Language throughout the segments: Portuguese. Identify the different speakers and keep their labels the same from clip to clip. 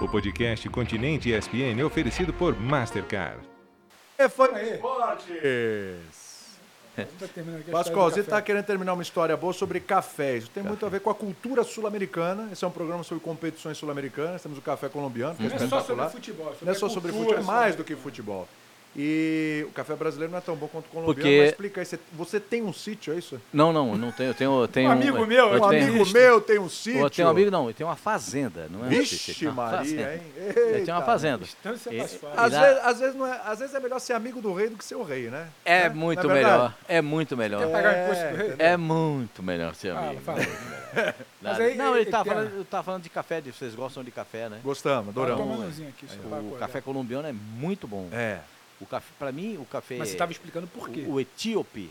Speaker 1: O podcast Continente ESPN é oferecido por Mastercard.
Speaker 2: Telefone aí.
Speaker 3: Esportes.
Speaker 2: Vasconcelos está tá querendo terminar uma história boa sobre cafés. Tem muito a ver com a cultura sul-americana. Esse é um programa sobre competições sul-americanas. Temos o café colombiano, que é
Speaker 4: Não é só sobre
Speaker 2: espetacular.
Speaker 4: futebol, é sobre
Speaker 2: Não é só
Speaker 4: a
Speaker 2: sobre
Speaker 4: cultura,
Speaker 2: futebol, é mais do que futebol. E o café brasileiro não é tão bom quanto o colombiano.
Speaker 5: Porque-
Speaker 2: Mas explica aí, você, você tem um sítio, é isso?
Speaker 5: Não, não, eu não tenho. Eu tenho, eu tenho
Speaker 4: amigo meu,
Speaker 5: eu
Speaker 2: um
Speaker 5: tenho,
Speaker 2: amigo meu tem um sítio.
Speaker 5: Eu tenho um amigo, não, eu tenho uma fazenda, não é? um sítio, eu
Speaker 2: Vixe
Speaker 5: tenho uma
Speaker 2: Maria,
Speaker 5: fazenda.
Speaker 2: hein?
Speaker 5: Eu tenho
Speaker 2: Eita.
Speaker 5: uma fazenda.
Speaker 4: Distância
Speaker 5: E-
Speaker 4: mais fácil.
Speaker 2: Às
Speaker 5: Irá-
Speaker 2: vezes, às, vezes não é, às vezes é melhor ser amigo do rei do que ser o rei, né? Né?
Speaker 5: É
Speaker 2: Não
Speaker 5: muito
Speaker 2: verdade?
Speaker 5: melhor. É muito melhor.
Speaker 4: Pagar imposto do rei?
Speaker 5: É muito melhor ser amigo.
Speaker 4: Fala, fala. Ah, Mas
Speaker 5: Nada.
Speaker 4: aí-
Speaker 5: não,
Speaker 4: aí-
Speaker 5: ele tá
Speaker 4: tem a-
Speaker 5: falando, eu tava falando de café, de- vocês gostam de café, né?
Speaker 2: Gostamos,
Speaker 4: Toma um
Speaker 2: adoramos.
Speaker 4: manozinho aqui, só pra
Speaker 5: É, O
Speaker 4: acordar.
Speaker 5: café colombiano é muito bom.
Speaker 2: É.
Speaker 5: O café, para mim, o café
Speaker 4: Mas você estava explicando por quê.
Speaker 5: o, o etíope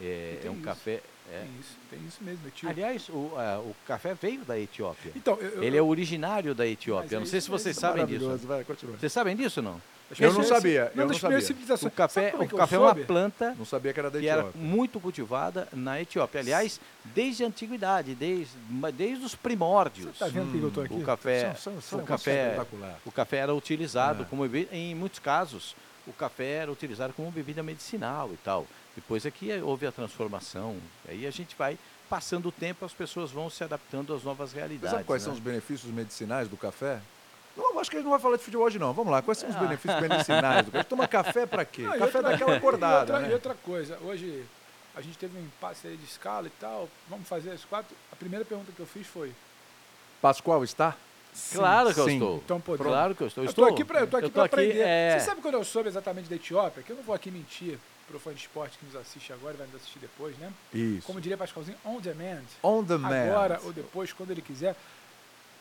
Speaker 5: é,
Speaker 4: Tem
Speaker 5: é um
Speaker 4: isso.
Speaker 5: café. é.
Speaker 4: Tem isso, tem isso mesmo, é tio.
Speaker 5: Aliás, o, a- o café veio da Etiópia.
Speaker 4: Então, eu, eu-
Speaker 5: Ele é originário da
Speaker 4: Mas
Speaker 5: Etiópia.
Speaker 4: é
Speaker 5: Não sei
Speaker 4: isso
Speaker 5: se vocês
Speaker 4: mesmo.
Speaker 5: sabem disso. né?
Speaker 2: Maravilhoso, vai, continua.
Speaker 5: Vocês sabem disso não?
Speaker 4: as
Speaker 2: eu não
Speaker 4: primeiras-
Speaker 2: sabia, eu
Speaker 4: Uma
Speaker 2: não
Speaker 4: das primeiras
Speaker 2: sabia.
Speaker 5: O
Speaker 4: civilizações. Sabe
Speaker 5: café,
Speaker 4: como
Speaker 5: o
Speaker 4: que eu
Speaker 5: café é uma
Speaker 4: soube?
Speaker 5: planta
Speaker 2: Não sabia que era da
Speaker 5: que era
Speaker 2: Etiópia.
Speaker 5: muito cultivada na Etiópia. Aliás, desde a antiguidade, desde, ma- desde os primórdios.
Speaker 4: Tá vendo que eu tô aqui?
Speaker 5: Hum, O café,
Speaker 2: São- são- são
Speaker 5: o
Speaker 2: um café
Speaker 5: café, é
Speaker 2: espetacular.
Speaker 5: o café era utilizado
Speaker 2: É.
Speaker 5: como bebida, em muitos casos, o café era utilizado como bebida medicinal e tal. Depois é que houve a transformação. Aí a gente vai passando o tempo, as pessoas vão se adaptando às novas
Speaker 2: Você
Speaker 5: realidades.
Speaker 2: sabe quais
Speaker 5: né?
Speaker 2: são os benefícios medicinais do café? Não, eu acho que a gente não vai falar de futebol hoje, não. Vamos lá, quais são os benefícios medicinais do café? Toma café pra quê?
Speaker 4: Ah. Não, e
Speaker 2: café
Speaker 4: outra-
Speaker 2: dá aquela acordada,
Speaker 4: e outra,
Speaker 2: né?
Speaker 4: e outra coisa, hoje a gente teve um passe aí de escala e tal, vamos fazer as quatro. A primeira pergunta que eu fiz foi,
Speaker 2: Pascoal está?
Speaker 5: Claro que eu
Speaker 2: Sim.
Speaker 5: estou.
Speaker 4: então podemos...
Speaker 5: Claro que eu estou.
Speaker 4: Eu
Speaker 5: estou
Speaker 4: tô aqui pra, eu tô aqui
Speaker 5: eu
Speaker 4: pra aprender.
Speaker 5: é,
Speaker 4: Você sabe quando eu soube exatamente da Etiópia? Que eu não vou aqui mentir pro fã de esporte que nos assiste agora, vai nos assistir depois, né?
Speaker 2: Isso.
Speaker 4: Como diria Pascalzinho, on demand.
Speaker 2: On the man.
Speaker 4: Agora ou depois, quando ele quiser.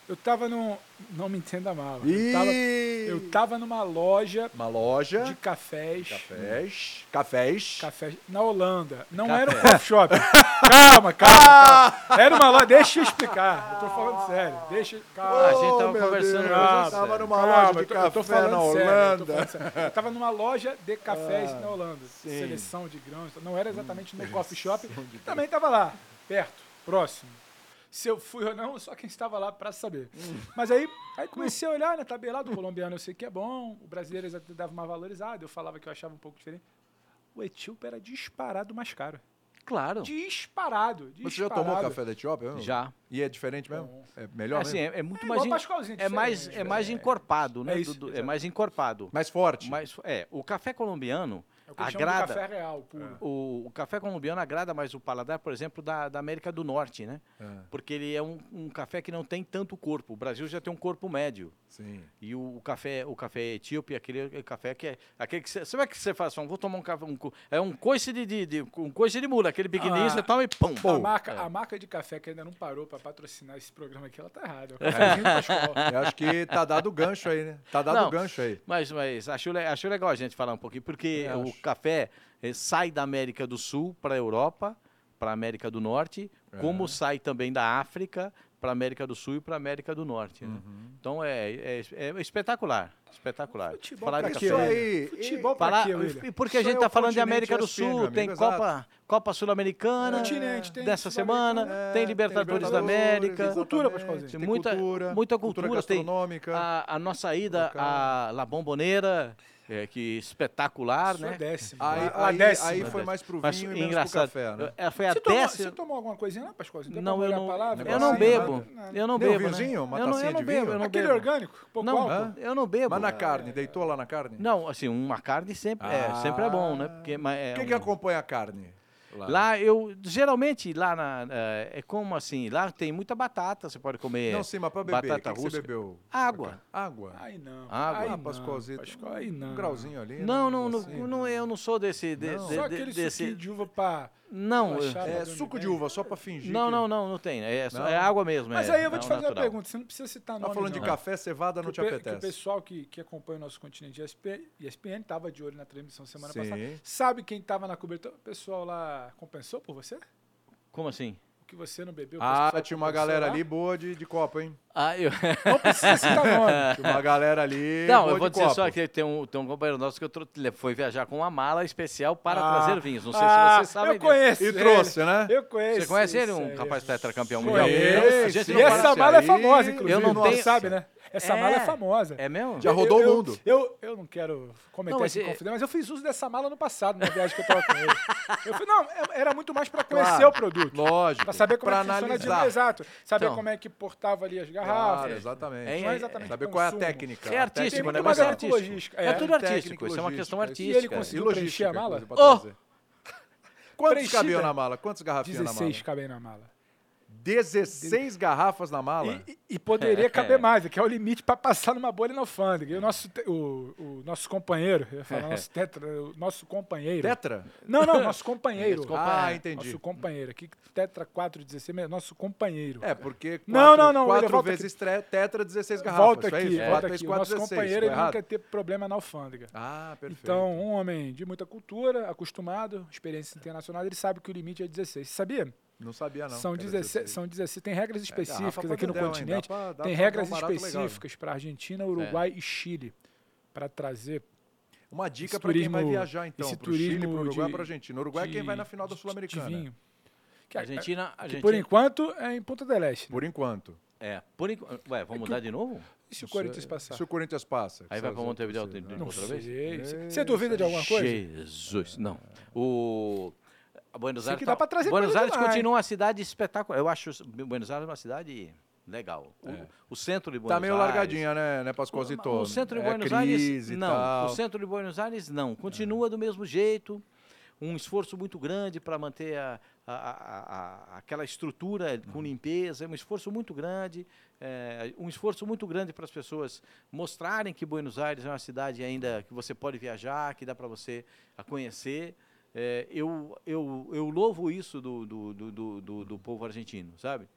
Speaker 4: Eu tava num. Não me entenda mal. Eu tava,
Speaker 2: E...
Speaker 4: eu tava numa loja
Speaker 2: Uma loja
Speaker 4: de
Speaker 2: de
Speaker 4: cafés.
Speaker 2: cafés. Cafés.
Speaker 4: Café na Holanda. Não era um coffee shop. calma, calma,
Speaker 2: Ah,
Speaker 4: calma. Era uma loja. Deixa eu explicar. Eu tô falando sério. Deixa.
Speaker 5: Ah, a
Speaker 4: Calma.
Speaker 5: gente
Speaker 2: Oh,
Speaker 5: tava
Speaker 2: meu
Speaker 5: conversando
Speaker 2: Deus,
Speaker 5: com
Speaker 2: eu
Speaker 5: você.
Speaker 2: tava numa
Speaker 4: Calma,
Speaker 2: loja de
Speaker 4: Ah, eu tô-
Speaker 2: café
Speaker 4: eu tô falando
Speaker 2: na
Speaker 4: sério, eu tô
Speaker 2: Holanda.
Speaker 4: falando sério. Eu tava numa loja de cafés
Speaker 2: Ah,
Speaker 4: na Holanda.
Speaker 2: sim. Hum,
Speaker 4: Seleção de grãos. Não era exatamente no coffee shop. Que também tava lá, perto, próximo. Se eu fui ou não, só quem estava lá para saber.
Speaker 2: Hum.
Speaker 4: Mas aí, aí comecei a olhar na tabela do colombiano, eu sei que é bom, o brasileiro já dava uma valorizada, eu falava que eu achava um pouco diferente. O etíope era disparado mais caro.
Speaker 5: Claro.
Speaker 4: Disparado, disparado.
Speaker 2: Você já tomou café da Etiópia? não?
Speaker 5: Já.
Speaker 2: E é diferente mesmo? É melhor
Speaker 5: Assim,
Speaker 2: mesmo?
Speaker 5: é, é muito
Speaker 4: É
Speaker 5: mais.
Speaker 4: igual
Speaker 5: en-
Speaker 4: Pascoalzinho,
Speaker 5: é mais,
Speaker 4: diferente,
Speaker 5: é mais encorpado, né?
Speaker 4: É
Speaker 5: do-
Speaker 4: isso,
Speaker 5: do- É,
Speaker 4: exato.
Speaker 5: mais encorpado.
Speaker 2: Mais forte?
Speaker 5: Mas, é, o café colombiano
Speaker 4: É o que eles chamam de
Speaker 5: agrada.
Speaker 4: café real,
Speaker 2: Ah.
Speaker 4: puro.
Speaker 5: O, o café colombiano agrada mais o paladar, por exemplo, da, da América do Norte, né?
Speaker 2: É,
Speaker 5: Porque ele é um, um café que não tem tanto corpo. O Brasil já tem um corpo médio.
Speaker 2: sim.
Speaker 5: E o, o café, o café etíope, aquele é o café que é aquele que você, sabe que você faz, só, vou tomar um café, um, co- é um coice de, de, de- um coice de mula, aquele pequenininho,
Speaker 4: Ah,
Speaker 5: você toma e pum.
Speaker 4: a, marca,
Speaker 5: É.
Speaker 4: a marca de café que ainda não parou para patrocinar esse programa aqui, ela tá errada. É o cafezinho do Pascoal.
Speaker 2: Eu acho que tá dado o gancho aí, né? Tá dado
Speaker 5: Não.
Speaker 2: o gancho aí.
Speaker 5: Mas, mas acho, le- acho legal a gente falar um pouquinho, porque
Speaker 2: Eu
Speaker 5: o
Speaker 2: acho.
Speaker 5: café eh, sai da América do Sul para a Europa, para a América do Norte,
Speaker 2: É.
Speaker 5: como sai também da África para a América do Sul e para a América do Norte. né?
Speaker 2: Uhum.
Speaker 5: Então é, é, é espetacular, espetacular.
Speaker 4: Futebol
Speaker 5: Falar
Speaker 4: pra
Speaker 5: de
Speaker 4: quê,
Speaker 5: café.
Speaker 4: né?
Speaker 2: aí.
Speaker 4: Futebol pra
Speaker 5: Falar-
Speaker 4: quê, William?
Speaker 5: e porque a
Speaker 2: Isso aí
Speaker 5: gente
Speaker 2: é
Speaker 5: tá
Speaker 2: o
Speaker 5: falando de América do
Speaker 2: continente ESPN,
Speaker 5: Sul,
Speaker 2: meu
Speaker 5: tem
Speaker 2: amigo,
Speaker 5: Copa, Copa Sul-Americana
Speaker 4: né? Continente, tem né?
Speaker 5: dessa
Speaker 4: Sul-Americana,
Speaker 5: semana, tem Libertadores da América.
Speaker 2: É, exatamente.
Speaker 4: Cultura, Pascoalzinho.
Speaker 2: Tem
Speaker 5: Tem muita
Speaker 2: cultura,
Speaker 5: cultura, muita cultura,
Speaker 2: gastronômica.
Speaker 5: Tem Ah, a, a nossa ida à La Bomboneira, é, que espetacular,
Speaker 4: Sua
Speaker 5: né?
Speaker 4: décima.
Speaker 2: Aí,
Speaker 4: A- a
Speaker 2: aí-
Speaker 4: décima.
Speaker 2: aí foi mais pro vinho
Speaker 5: Mas é
Speaker 2: e menos
Speaker 5: engraçado,
Speaker 2: pro café, né?
Speaker 5: eu- é, foi a
Speaker 4: Você tomou,
Speaker 5: décima.
Speaker 4: você tomou alguma coisinha né, lá, Pascoalzinho? Tem
Speaker 5: Não,
Speaker 4: pra
Speaker 5: eu
Speaker 4: molhar
Speaker 5: não,
Speaker 4: a palavra? né?
Speaker 5: eu não
Speaker 2: Negocinho,
Speaker 5: bebo.
Speaker 4: Nada?
Speaker 5: Eu não
Speaker 2: Nem um
Speaker 5: bebo, né?
Speaker 2: vinhozinho, uma
Speaker 5: eu não,
Speaker 2: tacinha
Speaker 5: eu não
Speaker 2: de
Speaker 5: bebo,
Speaker 2: vinho?
Speaker 5: eu não
Speaker 4: É. Aquele
Speaker 5: bebo.
Speaker 4: orgânico? Pouco
Speaker 5: Não,
Speaker 4: álcool?
Speaker 2: Hã?
Speaker 5: eu não bebo.
Speaker 2: Mas
Speaker 5: né?
Speaker 2: na carne, deitou lá na carne?
Speaker 5: é Não, assim, uma carne sempre,
Speaker 2: Ah.
Speaker 5: é, sempre é bom, né? Porque, mas é
Speaker 2: Quem
Speaker 5: um-
Speaker 2: que acompanha a carne?
Speaker 5: Lá eu, geralmente, lá na, eh, é como assim, lá tem muita batata, você pode comer
Speaker 2: Não, sim, mas pra beber,
Speaker 5: é batata
Speaker 2: o que que você
Speaker 5: russa.
Speaker 2: bebeu?
Speaker 5: Água.
Speaker 2: Água?
Speaker 4: Ai, não.
Speaker 5: Água.
Speaker 4: Ai,
Speaker 5: Ah,
Speaker 2: Ah,
Speaker 4: não.
Speaker 2: Pascoalzito.
Speaker 4: Pascoal, aí não.
Speaker 2: Um grauzinho ali. né?
Speaker 5: Não, não, não,
Speaker 2: Assim.
Speaker 5: não, é- eu não sou desse... de-
Speaker 2: Não.
Speaker 5: de-
Speaker 4: Só
Speaker 5: de-
Speaker 4: aquele
Speaker 5: desse
Speaker 4: suquinho de uva pra...
Speaker 5: Não, eu-
Speaker 4: relaxar,
Speaker 2: É
Speaker 4: pra
Speaker 2: suco
Speaker 4: dormir
Speaker 2: de
Speaker 4: bem.
Speaker 2: uva, só pra fingir
Speaker 5: não,
Speaker 2: que- tá
Speaker 5: não, não, não tem. É, só-
Speaker 2: Não.
Speaker 5: é água mesmo.
Speaker 4: Mas
Speaker 5: é,
Speaker 4: aí eu vou
Speaker 5: não
Speaker 4: te fazer uma
Speaker 5: natural.
Speaker 4: pergunta, você não precisa citar nome,
Speaker 2: Tá falando de
Speaker 4: não.
Speaker 2: café, cevada não
Speaker 4: Que
Speaker 2: te
Speaker 4: o pe- que o
Speaker 2: apetece.
Speaker 4: pessoal que, que acompanha o nosso continente ESPN, ESPN tava de olho na transmissão semana
Speaker 2: Sim.
Speaker 4: passada. Sabe quem tava na cobertura? O pessoal lá compensou por você?
Speaker 5: Como assim?
Speaker 4: O que você não bebeu? o
Speaker 2: Ah,
Speaker 4: pessoal
Speaker 2: tinha uma
Speaker 4: compensou
Speaker 2: galera
Speaker 4: lá?
Speaker 2: ali boa de, de copa, hein?
Speaker 5: Ah, eu...
Speaker 4: Não precisa citar nome.
Speaker 2: Tinha uma galera ali.
Speaker 4: um
Speaker 5: Não,
Speaker 2: boa
Speaker 5: eu vou
Speaker 2: de
Speaker 5: dizer
Speaker 2: copo.
Speaker 5: só que tem um, tem um companheiro nosso que eu tro- ele foi viajar com uma mala especial para
Speaker 4: Ah.
Speaker 5: trazer vinhos. Não sei
Speaker 4: Ah,
Speaker 5: se você sabe.
Speaker 4: eu
Speaker 5: disso.
Speaker 4: conheço.
Speaker 2: E
Speaker 4: ele.
Speaker 2: trouxe, né?
Speaker 4: Eu conheço.
Speaker 5: Você conhece ele,
Speaker 4: isso
Speaker 5: um
Speaker 4: aí.
Speaker 5: rapaz tetracampeão mundial?
Speaker 4: Conheço.
Speaker 5: Eu- a gente
Speaker 4: E
Speaker 5: não
Speaker 2: Conheço.
Speaker 5: para-
Speaker 4: essa mala é
Speaker 2: aí.
Speaker 4: famosa, inclusive.
Speaker 5: Eu não
Speaker 4: Nossa,
Speaker 5: tenho-
Speaker 4: sabe, né? Essa
Speaker 5: É.
Speaker 4: mala é famosa.
Speaker 5: É mesmo?
Speaker 2: Já rodou
Speaker 4: Eu-
Speaker 2: o mundo.
Speaker 4: Eu, eu, eu não quero comentar
Speaker 5: Não, mas
Speaker 4: esse
Speaker 5: é-
Speaker 4: confidência, mas eu fiz uso dessa mala no passado, na viagem que eu tava com ele. Eu fui, não, é- era muito mais pra conhecer
Speaker 2: Claro.
Speaker 4: o produto.
Speaker 2: Lógico.
Speaker 4: Pra saber como
Speaker 2: Pra
Speaker 4: é que funciona a
Speaker 2: analisar.
Speaker 4: dinâmica, exato. Saber
Speaker 5: Então.
Speaker 4: como é que portava ali as garrafas.
Speaker 2: Claro, exatamente.
Speaker 5: É,
Speaker 4: Não é exatamente
Speaker 2: Saber
Speaker 4: o
Speaker 2: qual é a
Speaker 4: consumo.
Speaker 2: técnica.
Speaker 5: É
Speaker 2: A
Speaker 5: artístico,
Speaker 2: técnica
Speaker 5: né?
Speaker 4: muito mais
Speaker 5: Mas é
Speaker 4: a
Speaker 5: artístico.
Speaker 4: logística,
Speaker 5: É,
Speaker 4: é.
Speaker 5: tudo artístico,
Speaker 2: Técnica,
Speaker 5: isso é uma questão
Speaker 2: logística,
Speaker 4: E
Speaker 5: artística.
Speaker 4: ele
Speaker 2: E
Speaker 4: conseguiu preencher
Speaker 2: logística.
Speaker 4: a mala?
Speaker 2: inclusive, pra
Speaker 5: Oh!
Speaker 2: trazer. Quantos
Speaker 4: Preenchida.
Speaker 2: cabiam na mala? Quantas garrafinhas na
Speaker 4: 16
Speaker 2: mala?
Speaker 4: cabem na mala.
Speaker 2: 16 garrafas na mala?
Speaker 4: E, e- e poderia caber mais, que é o limite para passar numa bolha na alfândega. E o nosso, te- o, o nosso companheiro, eu ia falar nosso tetra, o nosso companheiro.
Speaker 2: Tetra?
Speaker 4: Não, não, nosso companheiro.
Speaker 5: Nosso
Speaker 2: Ah,
Speaker 5: Companheiro.
Speaker 2: entendi.
Speaker 4: Nosso companheiro. Aqui, tetra 416, mas é nosso companheiro.
Speaker 2: É, porque quatro,
Speaker 4: Não, não, não,
Speaker 2: quatro
Speaker 4: ele volta
Speaker 2: vezes tre- tetra, 16 garrafas.
Speaker 4: volta
Speaker 2: isso é
Speaker 4: aqui,
Speaker 2: isso?
Speaker 4: volta
Speaker 2: Quatro
Speaker 4: aqui.
Speaker 2: vezes
Speaker 4: O
Speaker 2: quatro,
Speaker 4: nosso
Speaker 2: 16,
Speaker 4: companheiro
Speaker 2: tô
Speaker 4: ele
Speaker 2: errado?
Speaker 4: nunca teve problema na alfândega.
Speaker 2: Ah, perfeito.
Speaker 4: Então, um homem de muita cultura, acostumado, experiência internacional, ele sabe que o limite é 16. Sabia?
Speaker 2: não sabia, Ah, não.
Speaker 4: são,
Speaker 2: que é era
Speaker 4: 16, são 16. Tem regras específicas
Speaker 2: pra
Speaker 4: aqui no
Speaker 2: dedéu, hein? Dá
Speaker 4: continente.
Speaker 2: pra- dá pra dar
Speaker 4: tem
Speaker 2: um
Speaker 4: regras
Speaker 2: barato legal, É.
Speaker 4: específicas para Argentina, Uruguai e Chile para trazer.
Speaker 2: Uma dica
Speaker 4: Esse
Speaker 2: para quem vai
Speaker 4: turismo-
Speaker 2: viajar, então,
Speaker 4: esse
Speaker 2: pro Chile,
Speaker 4: turismo
Speaker 2: pro Uruguai,
Speaker 4: de-
Speaker 2: para Argentina. O Uruguai é
Speaker 4: de-
Speaker 2: quem vai na final da
Speaker 4: de-
Speaker 2: Sul-Americana.
Speaker 4: de vinho. Que, é,
Speaker 5: A Argentina, a
Speaker 4: que
Speaker 5: Argentina.
Speaker 4: por enquanto é em Ponta del Este. né?
Speaker 2: Por enquanto.
Speaker 5: É, por enquanto. Ué, vamos mudar de novo?
Speaker 4: E se o Corinthians passar?
Speaker 2: é- Se o Corinthians passa.
Speaker 5: Aí vai pra Montevideo
Speaker 2: Não,
Speaker 5: de-
Speaker 4: Não
Speaker 5: outra vez?
Speaker 4: sei. Você duvida de alguma coisa?
Speaker 5: Jesus, não. O a Buenos
Speaker 4: Sei
Speaker 5: Aires,
Speaker 4: que dá
Speaker 5: tá-
Speaker 4: pra trazer
Speaker 5: Buenos
Speaker 4: coisa
Speaker 5: Aires
Speaker 4: demais.
Speaker 5: continua uma cidade espetacular. Eu acho Buenos Aires uma cidade legal. O,
Speaker 4: É.
Speaker 5: o centro de Buenos
Speaker 2: Tá meio
Speaker 5: Aires.
Speaker 2: largadinha, né, né Pascoalzito?
Speaker 5: O centro de
Speaker 2: é
Speaker 5: Buenos Aires
Speaker 2: crise e
Speaker 5: não.
Speaker 2: tal. É.
Speaker 5: O centro de Buenos Aires não. Continua do mesmo jeito. Um esforço muito grande para manter a, a- a- a- aquela estrutura com
Speaker 2: Uhum.
Speaker 5: limpeza. É um esforço muito grande. é, um esforço muito grande para as pessoas mostrarem que Buenos Aires é uma cidade ainda que você pode viajar, que dá para você a conhecer. É, eu, eu, eu louvo isso do, do, do- do, do, do povo argentino, sabe?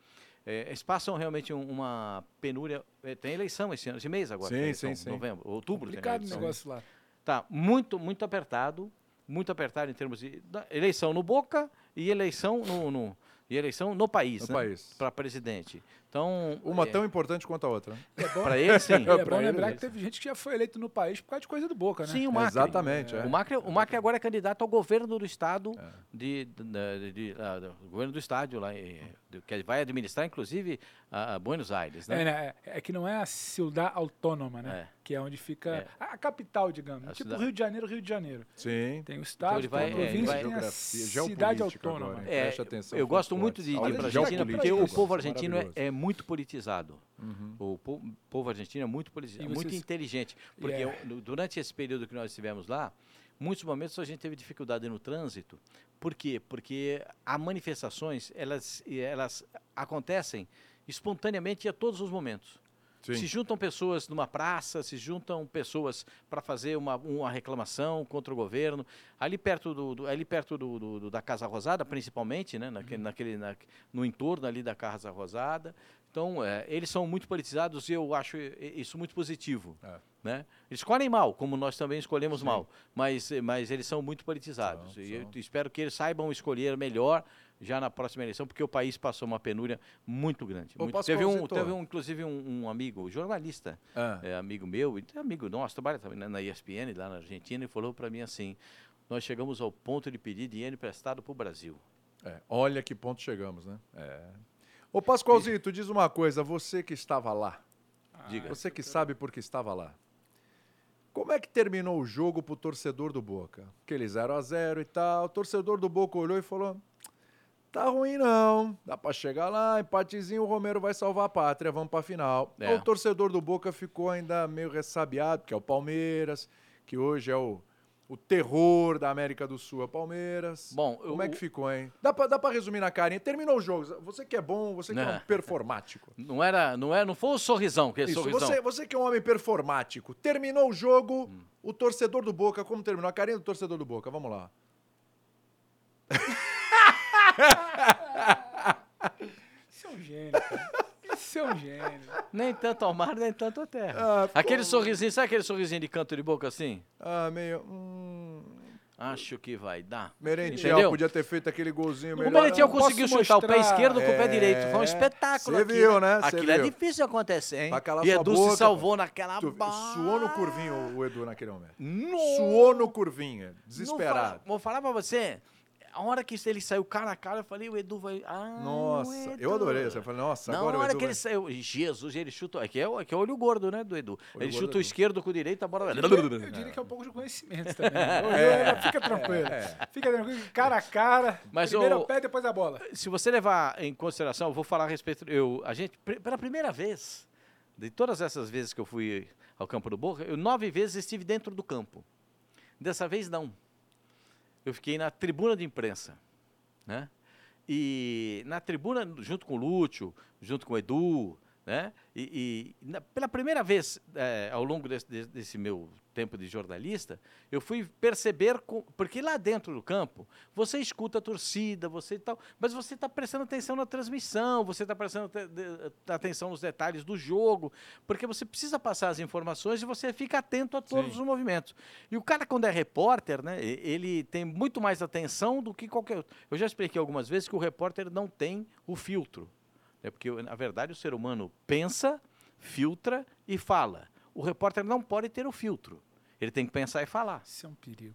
Speaker 5: É, eles passam realmente um- uma penúria. é, Tem eleição esse ano, esse mês agora. tem
Speaker 2: Sim,
Speaker 5: eleição,
Speaker 2: sim, sim.
Speaker 5: Novembro, outubro. Tem
Speaker 4: Complicado o
Speaker 5: eleição.
Speaker 4: negócio lá.
Speaker 5: Tá muito, muito apertado, muito apertado em termos de da- eleição no Boca e eleição no, no- e eleição no país,
Speaker 2: No país.
Speaker 5: para presidente. Então,
Speaker 2: Uma
Speaker 5: é,
Speaker 2: tão importante quanto a outra. né?
Speaker 4: É bom,
Speaker 5: para ele sim.
Speaker 4: é bom
Speaker 2: pra ele,
Speaker 4: lembrar
Speaker 2: né?
Speaker 4: que teve gente que já foi eleito no país por causa de coisa do Boca, né?
Speaker 5: Sim, o Macri.
Speaker 2: Exatamente, é.
Speaker 5: O Macri, o Macri agora é candidato ao governo do estado de, de- de- de- ah, do governo do estádio lá, eh, do- que vai administrar inclusive a, a Buenos Aires, né?
Speaker 4: É, né? É que não é a Ciudad Autônoma, né?
Speaker 5: É.
Speaker 4: Que é onde fica
Speaker 5: É.
Speaker 4: a a capital, digamos.
Speaker 5: A
Speaker 4: tipo
Speaker 5: cidade.
Speaker 4: Rio de Janeiro, Rio de Janeiro.
Speaker 2: Sim.
Speaker 4: Tem o estado,
Speaker 5: ele
Speaker 4: tem
Speaker 5: vai-
Speaker 4: a
Speaker 5: é,
Speaker 4: província,
Speaker 5: ele
Speaker 4: tem a
Speaker 2: vai-
Speaker 4: cidade
Speaker 2: Geopolítica
Speaker 4: autônoma.
Speaker 2: agora, hein?
Speaker 5: É,
Speaker 2: Preste atenção,
Speaker 5: eu
Speaker 2: são
Speaker 5: gosto muito
Speaker 2: fortes.
Speaker 5: de, de
Speaker 2: Olha,
Speaker 5: pra
Speaker 4: geopolítica,
Speaker 5: Argentina porque o
Speaker 4: isso,
Speaker 5: povo argentino é,
Speaker 2: maravilhoso.
Speaker 5: é muito politizado.
Speaker 2: Uhum.
Speaker 5: O po- povo, argentino é muito politizado,
Speaker 4: E
Speaker 5: muito
Speaker 4: vocês-
Speaker 5: inteligente. Porque
Speaker 4: Yeah.
Speaker 5: eu- no- durante esse período que nós estivemos lá, muitos momentos a gente teve dificuldade no trânsito. Por quê? Porque há manifestações, elas, e elas acontecem espontaneamente e a todos os momentos.
Speaker 2: Sim.
Speaker 5: Se juntam pessoas numa praça, se juntam pessoas para fazer uma, uma reclamação contra o governo. Ali perto, do, do- ali perto do, do- do- da Casa Rosada, principalmente, né? naquele, naquele, na- no entorno ali da Casa Rosada. Então, é, eles são muito politizados e eu acho i- i- isso muito positivo.
Speaker 2: É.
Speaker 5: Né? Eles escolhem mal, como nós também escolhemos mal, mas, eh, mas eles são muito politizados.
Speaker 2: São,
Speaker 5: e
Speaker 2: são.
Speaker 5: eu espero que eles saibam escolher melhor já na próxima eleição, porque o país passou uma penúria muito grande.
Speaker 2: Ô,
Speaker 5: muito-
Speaker 2: Pascoal,
Speaker 5: Teve, um,
Speaker 2: citou.
Speaker 5: teve um, inclusive um, um amigo, jornalista,
Speaker 2: Ah.
Speaker 5: é, amigo meu, e amigo nosso, trabalha também na, na ESPN, lá na Argentina, e falou para mim assim, nós chegamos ao ponto de pedir dinheiro emprestado para o Brasil.
Speaker 2: É, olha que ponto chegamos, né? É. Ô Pascoalzito, diz uma coisa, você que estava lá,
Speaker 5: Diga.
Speaker 2: você que sabe porque estava lá. Como é que terminou o jogo pro torcedor do Boca? Aquele 0 a 0 e tal. O torcedor do Boca olhou e falou: "Tá ruim não. Dá pra chegar lá, empatezinho, o Romero vai salvar a pátria, vamos pra final".
Speaker 5: É.
Speaker 2: O torcedor do Boca ficou ainda meio ressabiado, porque é o Palmeiras, que hoje é o o terror da América do Sul é o Palmeiras.
Speaker 5: Bom,
Speaker 2: Como é
Speaker 5: eu-
Speaker 2: que ficou, hein? Dá pra, dá pra resumir na carinha. Terminou o jogo. Você que é bom, você que é, um
Speaker 5: Né.
Speaker 2: performático.
Speaker 5: Não era, não era, não foi o sorrisão, que é
Speaker 2: Isso,
Speaker 5: sorrisão.
Speaker 2: você, você que é um homem performático. Terminou o jogo, o torcedor do Boca, como terminou? A carinha do torcedor do Boca, vamos lá.
Speaker 4: Isso é um gênio, cara. Isso é um gênio.
Speaker 5: Nem tanto ao mar, nem tanto à terra.
Speaker 2: Ah, ficou-
Speaker 5: aquele sorrisinho, sabe aquele sorrisinho de canto de boca assim?
Speaker 2: Ah, meio. hum,
Speaker 5: Acho que vai dar.
Speaker 2: Merentiel
Speaker 5: Entendeu?
Speaker 2: podia ter feito aquele golzinho
Speaker 5: O
Speaker 2: melhor. né?
Speaker 5: Merentiel
Speaker 4: eu posso
Speaker 5: conseguiu chutar o pé
Speaker 4: mostrar.
Speaker 5: esquerdo com o pé
Speaker 2: É.
Speaker 5: direito. Foi um espetáculo
Speaker 2: Cê
Speaker 5: aqui.
Speaker 2: viu, né? Cê
Speaker 5: Aquilo é
Speaker 2: viu.
Speaker 5: difícil acontecer, hein?
Speaker 2: Pra calar
Speaker 5: E
Speaker 2: sua
Speaker 5: Edu
Speaker 2: boca,
Speaker 5: se salvou naquela
Speaker 2: Tu-
Speaker 5: ba-
Speaker 2: Suou no curvinho o Edu naquele momento.
Speaker 5: Nossa!
Speaker 2: Suou no curvinho,
Speaker 5: Não vou falar-
Speaker 2: desesperado.
Speaker 5: Vou falar pra você, a hora que ele saiu cara a cara, eu falei, o Edu vai... Ah,
Speaker 2: Nossa,
Speaker 5: o Edu.
Speaker 2: eu adorei essa. Eu falei, nossa,
Speaker 5: Na
Speaker 2: agora o
Speaker 5: hora
Speaker 2: Edu
Speaker 5: que
Speaker 2: vai-
Speaker 5: ele saiu, Jesus, ele chuta. Aqui é, o- aqui é olho gordo, né, do Edu? ele
Speaker 2: gordo
Speaker 5: chuta
Speaker 2: do
Speaker 5: o
Speaker 2: Edu.
Speaker 5: esquerdo com o direito, a bola vai.
Speaker 4: Eu diria que é um pouco de conhecimento também.
Speaker 2: É.
Speaker 4: Eu- eu- Fica tranquilo. Fica tranquilo. Cara a cara.
Speaker 5: Mas
Speaker 4: primeiro é
Speaker 5: o-
Speaker 4: o pé, depois a bola.
Speaker 5: Se você levar em consideração, eu vou falar a respeito. Eu, a gente, pre- pela primeira vez, de todas essas vezes que eu fui ao campo do Boca, eu nove vezes estive dentro do campo. Dessa vez, não. Eu fiquei na tribuna de imprensa. Né? E na tribuna, junto com o Lúcio, junto com o Edu, né? E, e na- pela primeira vez eh, ao longo desse, desse- desse meu tempo de jornalista, eu fui perceber, co- porque lá dentro do campo, você escuta a torcida, você e tal, mas você está prestando atenção na transmissão, você está prestando te- de- tá atenção nos detalhes do jogo, porque você precisa passar as informações e você fica atento a todos os movimentos. E o cara, quando é repórter, né, e- ele tem muito mais atenção do que qualquer outro. Eu já expliquei algumas vezes que o repórter não tem o filtro. É porque, na verdade, o ser humano pensa, filtra e fala. O repórter não pode ter o filtro. Ele tem que pensar e falar,
Speaker 4: Isso é um perigo.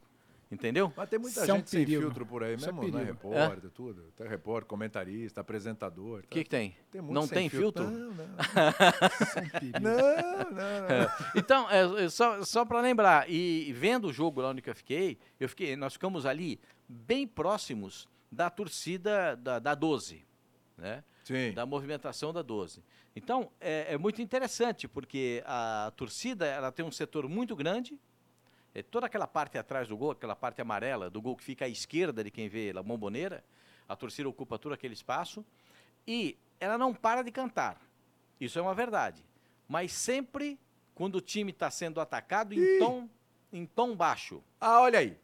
Speaker 5: entendeu?
Speaker 2: Mas tem muita
Speaker 4: Isso é um
Speaker 2: gente sem
Speaker 4: perigo.
Speaker 2: filtro por aí
Speaker 4: Isso é
Speaker 2: mesmo, né?
Speaker 4: perigo.
Speaker 2: Repórter, tudo. Tem repórter, comentarista, apresentador. tá?
Speaker 5: O que, que tem?
Speaker 2: muito
Speaker 5: não
Speaker 2: sem né?
Speaker 5: tem filtro?
Speaker 2: Não, não.
Speaker 4: perigo.
Speaker 2: não, não, não.
Speaker 5: Então, é, é, só, só para lembrar, e vendo o jogo lá onde que eu fiquei, eu fiquei, nós ficamos ali bem próximos da torcida da, da 12, né?
Speaker 2: Sim.
Speaker 5: da movimentação da 12. Então, é, é muito interessante, porque a torcida ela tem um setor muito grande, é toda aquela parte atrás do gol, aquela parte amarela do gol que fica à esquerda de quem vê a bomboneira, a torcida ocupa todo aquele espaço, e ela não para de cantar. Isso é uma verdade. Mas sempre quando o time está sendo atacado em tom, em tom baixo.
Speaker 2: Ah, olha aí.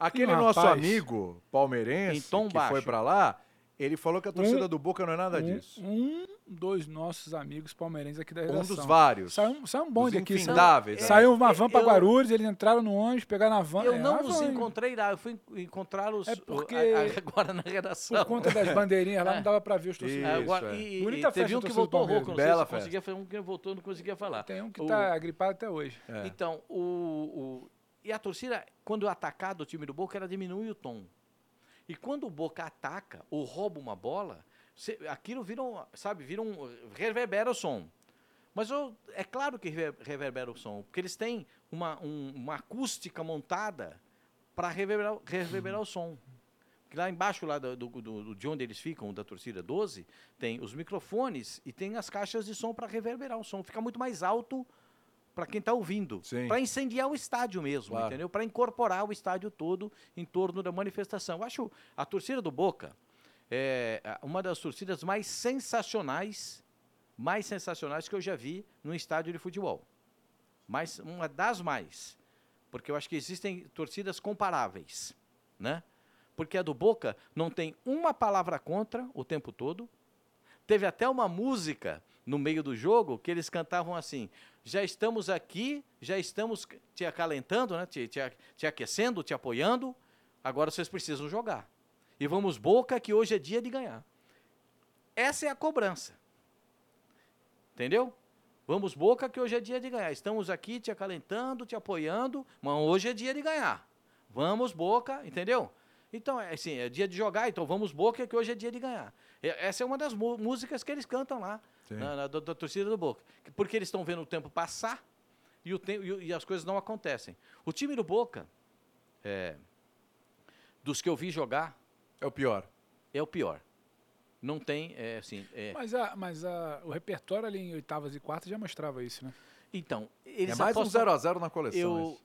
Speaker 2: Aquele
Speaker 4: Hum,
Speaker 2: nosso
Speaker 4: rapaz.
Speaker 2: amigo palmeirense
Speaker 5: Em tom
Speaker 2: que foi
Speaker 5: baixo.
Speaker 2: pra lá, ele falou que a torcida
Speaker 4: Um-
Speaker 2: do Boca não é nada disso.
Speaker 4: Um, um dos nossos amigos palmeirenses aqui da
Speaker 2: Um
Speaker 4: redação.
Speaker 2: dos vários.
Speaker 4: Saiu, um- saiu um bonde
Speaker 2: Dos
Speaker 4: aqui. Saiu,
Speaker 2: infindáveis, né?
Speaker 4: saiu uma van pra
Speaker 5: Eu-
Speaker 4: Guarulhos, eles entraram no ônibus, pegaram a van.
Speaker 5: Eu
Speaker 4: é,
Speaker 5: não
Speaker 4: na
Speaker 5: os
Speaker 4: van,
Speaker 5: encontrei lá, eu fui encontrá-los
Speaker 4: É
Speaker 5: o- a-
Speaker 4: porque-
Speaker 5: a- agora na redação.
Speaker 4: Por conta das bandeirinhas lá,
Speaker 5: É.
Speaker 4: não dava pra ver os
Speaker 5: É,
Speaker 4: torcedores.
Speaker 2: Isso,
Speaker 5: agora-
Speaker 2: é.
Speaker 5: e- e-
Speaker 4: Bonita
Speaker 5: e teve
Speaker 4: festa
Speaker 5: um
Speaker 4: do
Speaker 5: que
Speaker 4: tá torcedor
Speaker 5: voltou
Speaker 4: do Palmeiras.
Speaker 5: rouco, não
Speaker 2: Bela
Speaker 5: sei se conseguia falar, um que voltou, não conseguia falar.
Speaker 4: Tem um que
Speaker 5: O-
Speaker 4: tá gripado até hoje.
Speaker 2: É.
Speaker 5: Então, o, o- e a torcida, quando atacada o time do Boca, ela diminui o tom. E quando o Boca ataca ou rouba uma bola, cê- aquilo vira um, sabe, vira um, reverbera o som. Mas eu- é claro que rever- reverbera o som, porque eles têm uma, um- uma acústica montada para reverberar, reverberar o som. Porque lá embaixo, lá do, do- do- de onde eles ficam, da torcida 12, tem os microfones e tem as caixas de som para reverberar o som. Fica muito mais alto para quem está ouvindo.
Speaker 2: Sim.
Speaker 5: Para incendiar o estádio mesmo,
Speaker 2: Claro.
Speaker 5: entendeu? Para incorporar o estádio todo em torno da manifestação. Eu acho a torcida do Boca é a- uma das torcidas mais sensacionais, mais sensacionais que eu já vi num estádio de futebol. Mas uma das mais, porque eu acho que existem torcidas comparáveis, né? Porque a do Boca não tem uma palavra contra o tempo todo. Teve até uma música no meio do jogo que eles cantavam assim: já estamos aqui, já estamos te acalentando, né? te, te, a- te aquecendo, te apoiando. Agora vocês precisam jogar. E vamos, Boca, que hoje é dia de ganhar. Essa é a cobrança. Entendeu? Vamos, Boca, que hoje é dia de ganhar. Estamos aqui te acalentando, te apoiando, mas hoje é dia de ganhar. Vamos, Boca, entendeu? Então, é assim, é dia de jogar, então vamos, Boca, que hoje é dia de ganhar. E Essa é uma das mu- músicas que eles cantam lá, na, na- da, da torcida do Boca. Porque eles estão vendo o tempo passar e, o tempo, e, o- e as coisas não acontecem. O time do Boca, é, dos que eu vi jogar,
Speaker 2: É o pior.
Speaker 5: é o pior. Não tem, é, assim... é-
Speaker 4: Mas, a, mas a, o repertório ali em oitavas e quartas já mostrava isso, né?
Speaker 5: então, eles
Speaker 2: é mais
Speaker 5: apostam-
Speaker 2: um 0x0 na coleção.
Speaker 5: Eu,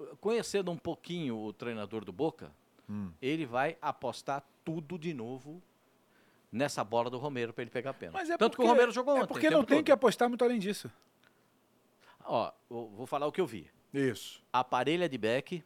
Speaker 2: isso.
Speaker 5: conhecendo um pouquinho o treinador do Boca,
Speaker 4: Hum.
Speaker 5: ele vai apostar tudo de novo nessa bola do Romero para ele pegar a pena.
Speaker 4: Mas é
Speaker 5: Tanto
Speaker 4: porque,
Speaker 5: que o Romero jogou ontem.
Speaker 4: É porque
Speaker 5: o
Speaker 4: não
Speaker 5: tempo
Speaker 4: tem
Speaker 5: todo.
Speaker 4: que apostar muito além disso.
Speaker 5: Ó, eu vou falar o que eu vi.
Speaker 2: Isso.
Speaker 5: A parelha de Beck,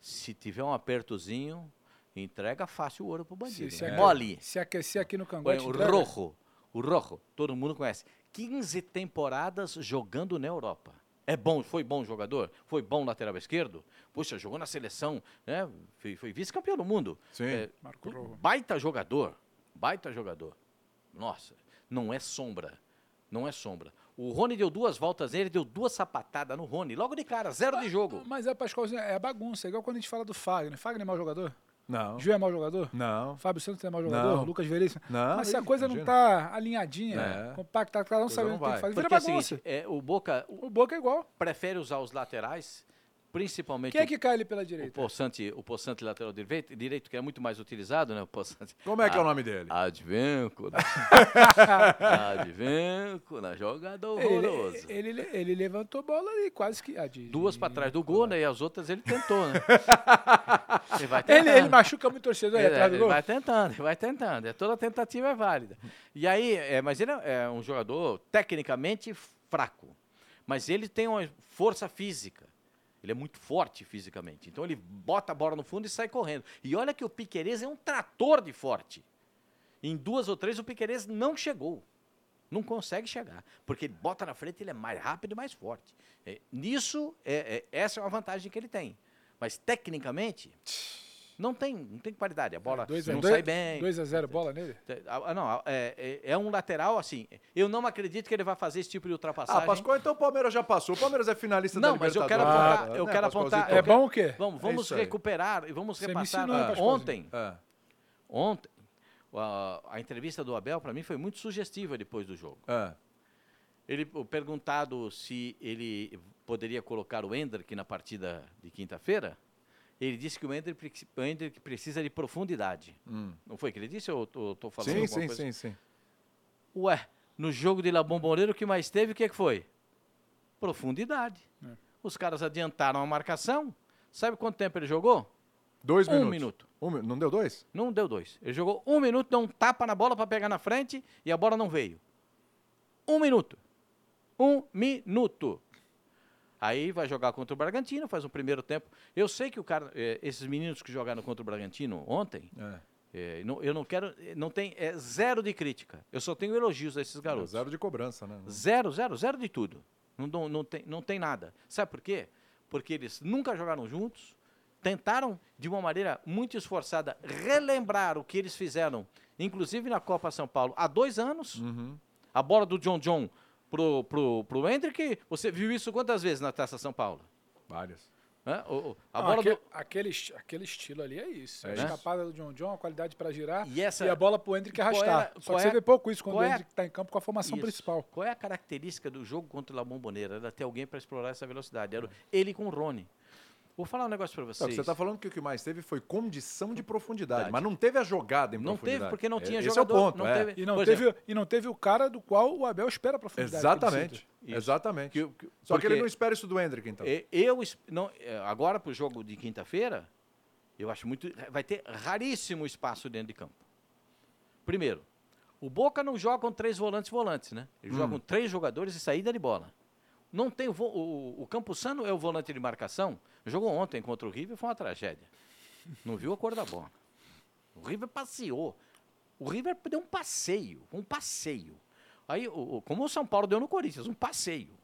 Speaker 5: se tiver um apertozinho, entrega fácil o ouro pro bandido. né?
Speaker 4: aque-
Speaker 5: Mole.
Speaker 4: se aquecer aqui no
Speaker 5: Põe
Speaker 4: cangote...
Speaker 5: o
Speaker 4: entrega.
Speaker 5: Rojo. O Rojo, todo mundo conhece. 15 temporadas jogando na Europa. É bom, foi bom jogador? Foi bom lateral esquerdo? Poxa, jogou na seleção, né? Foi, foi vice-campeão do mundo.
Speaker 2: Sim.
Speaker 5: É,
Speaker 4: Marco Rojo.
Speaker 5: baita jogador. Baita jogador. Nossa, não é sombra. Não é sombra. O Rony deu duas voltas nele, deu duas sapatadas no Rony. Logo de cara, zero de jogo.
Speaker 4: Mas é, Pascoal, é bagunça. É igual quando a gente fala do Fagner. Fagner é mau jogador?
Speaker 2: Não.
Speaker 4: Gil é mau jogador?
Speaker 2: Não.
Speaker 4: Fábio Santos é mau jogador?
Speaker 2: Não.
Speaker 4: Lucas Veríssimo?
Speaker 2: Não,
Speaker 4: Mas se
Speaker 5: é
Speaker 4: a
Speaker 2: ih,
Speaker 4: coisa não
Speaker 2: imagina.
Speaker 4: tá alinhadinha,
Speaker 2: É.
Speaker 4: compacta, cada um
Speaker 2: Coisa
Speaker 4: sabe o
Speaker 2: não
Speaker 4: que tem
Speaker 2: vai.
Speaker 4: que fazer, vira
Speaker 5: Porque é o
Speaker 4: bagunça.
Speaker 5: seguinte, é, o Boca o-
Speaker 4: o Boca é igual.
Speaker 5: prefere usar os laterais, principalmente
Speaker 4: Quem
Speaker 5: o-
Speaker 4: é que cai ali pela
Speaker 5: o
Speaker 4: direita?
Speaker 5: Poçante, o Poçante lateral direito, direito, que é muito mais utilizado, né? O Poçante.
Speaker 2: Como é que é o
Speaker 5: Ah, né?
Speaker 2: nome dele?
Speaker 5: Advíncula. Advíncula, né? jogador
Speaker 4: Ele,
Speaker 5: horroroso.
Speaker 4: ele, ele, ele levantou a bola ali, quase que. a de-
Speaker 5: Duas pra trás do gol, né? E as outras ele tentou, né? Ele vai né?
Speaker 4: Ele, ele
Speaker 5: tentando.
Speaker 4: machuca muito o torcedor ali
Speaker 5: Ele,
Speaker 4: atrás do
Speaker 5: É, ele
Speaker 4: gol.
Speaker 5: vai tentando, ele vai tentando. É, Toda tentativa é válida. E aí, é, mas ele é um jogador tecnicamente fraco. Mas ele tem uma força física. Ele é muito forte fisicamente. Então ele bota a bola no fundo e sai correndo. E olha que o Piquerez é um trator de forte. Em duas ou três o Piquerez não chegou. Não consegue chegar. Porque ele bota na frente, ele é mais rápido e mais forte. É, nisso, é- é- essa é uma vantagem que ele tem. Mas tecnicamente, não tem, não tem qualidade. A bola
Speaker 4: Dois a-
Speaker 5: não
Speaker 4: dois- é
Speaker 5: sai bem.
Speaker 4: 2 a 0 bola nele?
Speaker 5: Ah, Não, é, é- é um lateral assim. Eu não acredito que ele vai fazer esse tipo de ultrapassagem.
Speaker 2: Ah, Pascoal, então o Palmeiras já passou. O Palmeiras é finalista
Speaker 5: Não,
Speaker 2: da
Speaker 5: mas eu
Speaker 2: Libertadores.
Speaker 5: quero apontar- eu
Speaker 2: né,
Speaker 5: quero
Speaker 2: Pascoalzito?
Speaker 5: apontar-
Speaker 4: É
Speaker 5: eu quero-
Speaker 4: bom o quê?
Speaker 5: Vamos, vamos
Speaker 2: isso aí.
Speaker 5: recuperar e vamos
Speaker 4: Você me
Speaker 5: repassar.
Speaker 4: ensinou, hein,
Speaker 5: Ah,
Speaker 4: Pascoalzinho?
Speaker 5: ontem,
Speaker 2: É.
Speaker 5: ontem, a, a entrevista do Abel para mim foi muito sugestiva depois do jogo.
Speaker 2: É.
Speaker 5: Ele o perguntado se ele poderia colocar o Hendrick na partida de quinta-feira, ele disse que o Hendrick, preci- o Hendrick precisa de profundidade. Não foi que ele disse ou eu estou falando
Speaker 2: hum. Sim,
Speaker 5: alguma
Speaker 2: sim,
Speaker 5: coisa?
Speaker 2: sim, sim.
Speaker 5: Ué, no jogo de La Bomboneira, o que mais teve, o que, que foi? Profundidade.
Speaker 2: É.
Speaker 5: Os caras adiantaram a marcação. Sabe quanto tempo ele jogou?
Speaker 2: Dois
Speaker 5: Um
Speaker 2: minutos.
Speaker 5: minuto.
Speaker 2: Um mi- Não deu dois?
Speaker 5: Não deu dois. Ele jogou um minuto, deu um tapa na bola para pegar na frente e a bola não veio. Um minuto. Um minuto. Aí vai jogar contra o Bragantino, faz um primeiro tempo. Eu sei que o cara, eh, esses meninos que jogaram contra o Bragantino ontem,
Speaker 2: É.
Speaker 5: eh, não- eu não quero, eh, não tem, é zero de crítica. Eu só tenho elogios a esses garotos.
Speaker 2: Zero de cobrança, né?
Speaker 5: Zero, zero, zero de tudo. Não, dão- não tem, não tem nada. Sabe por quê? Porque eles nunca jogaram juntos, tentaram, de uma maneira muito esforçada, relembrar o que eles fizeram, inclusive na Copa São Paulo, há dois anos.
Speaker 2: Uhum.
Speaker 5: A bola do John John pro, pro, pro Hendrick, você viu isso quantas vezes na Taça São Paulo?
Speaker 2: Várias.
Speaker 5: Hã? O- o-
Speaker 2: Ah,
Speaker 5: a
Speaker 4: Não,
Speaker 5: bola
Speaker 4: aque-
Speaker 5: do...
Speaker 4: aquele, esti- aquele estilo ali é isso.
Speaker 2: É
Speaker 4: a
Speaker 2: isso.
Speaker 4: escapada do John John, a qualidade pra girar
Speaker 5: E
Speaker 4: e,
Speaker 5: essa-
Speaker 4: a bola pro Hendrick
Speaker 5: qual
Speaker 4: arrastar.
Speaker 5: era-
Speaker 4: Só
Speaker 5: qual
Speaker 4: que você
Speaker 5: é-
Speaker 4: vê pouco isso quando
Speaker 5: qual
Speaker 4: o
Speaker 5: é-
Speaker 4: Hendrick tá em campo com a formação
Speaker 5: Isso.
Speaker 4: principal.
Speaker 5: Qual é a característica do jogo contra a Bomboneira? Era ter alguém para explorar essa velocidade. Era o- ele com o Rony. Vou falar um negócio para
Speaker 2: Não,
Speaker 5: vocês.
Speaker 2: você tá está falando que É o que mais teve foi condição de profundidade,
Speaker 5: Verdade.
Speaker 2: mas não teve a jogada em
Speaker 5: Não
Speaker 2: profundidade.
Speaker 5: teve porque não
Speaker 2: É,
Speaker 5: tinha
Speaker 2: Esse
Speaker 5: jogador.
Speaker 2: é o ponto,
Speaker 5: não
Speaker 2: é.
Speaker 5: teve-
Speaker 4: E não,
Speaker 5: Por
Speaker 4: teve, e não teve o cara do qual o Abel espera a profundidade. que ele
Speaker 2: Exatamente.
Speaker 4: precisa.
Speaker 5: Isso.
Speaker 2: Exatamente.
Speaker 5: Que- que-
Speaker 2: Só que
Speaker 5: porque-
Speaker 2: ele não espera isso do Hendrick, então.
Speaker 5: E- Eu es- não, é, agora para o jogo de quinta-feira, eu acho muito vai ter raríssimo espaço dentro de campo. Primeiro, o Boca não joga com três volantes volantes, né? Ele joga com três jogadores e saída de bola. Não tem o, vo- o, o Campuzano é o volante de marcação. Jogou ontem contra o River, foi uma tragédia. Não viu a cor da bola. O River passeou. O River deu um passeio, um passeio. Aí, o- o- como o São Paulo deu no Corinthians, um passeio.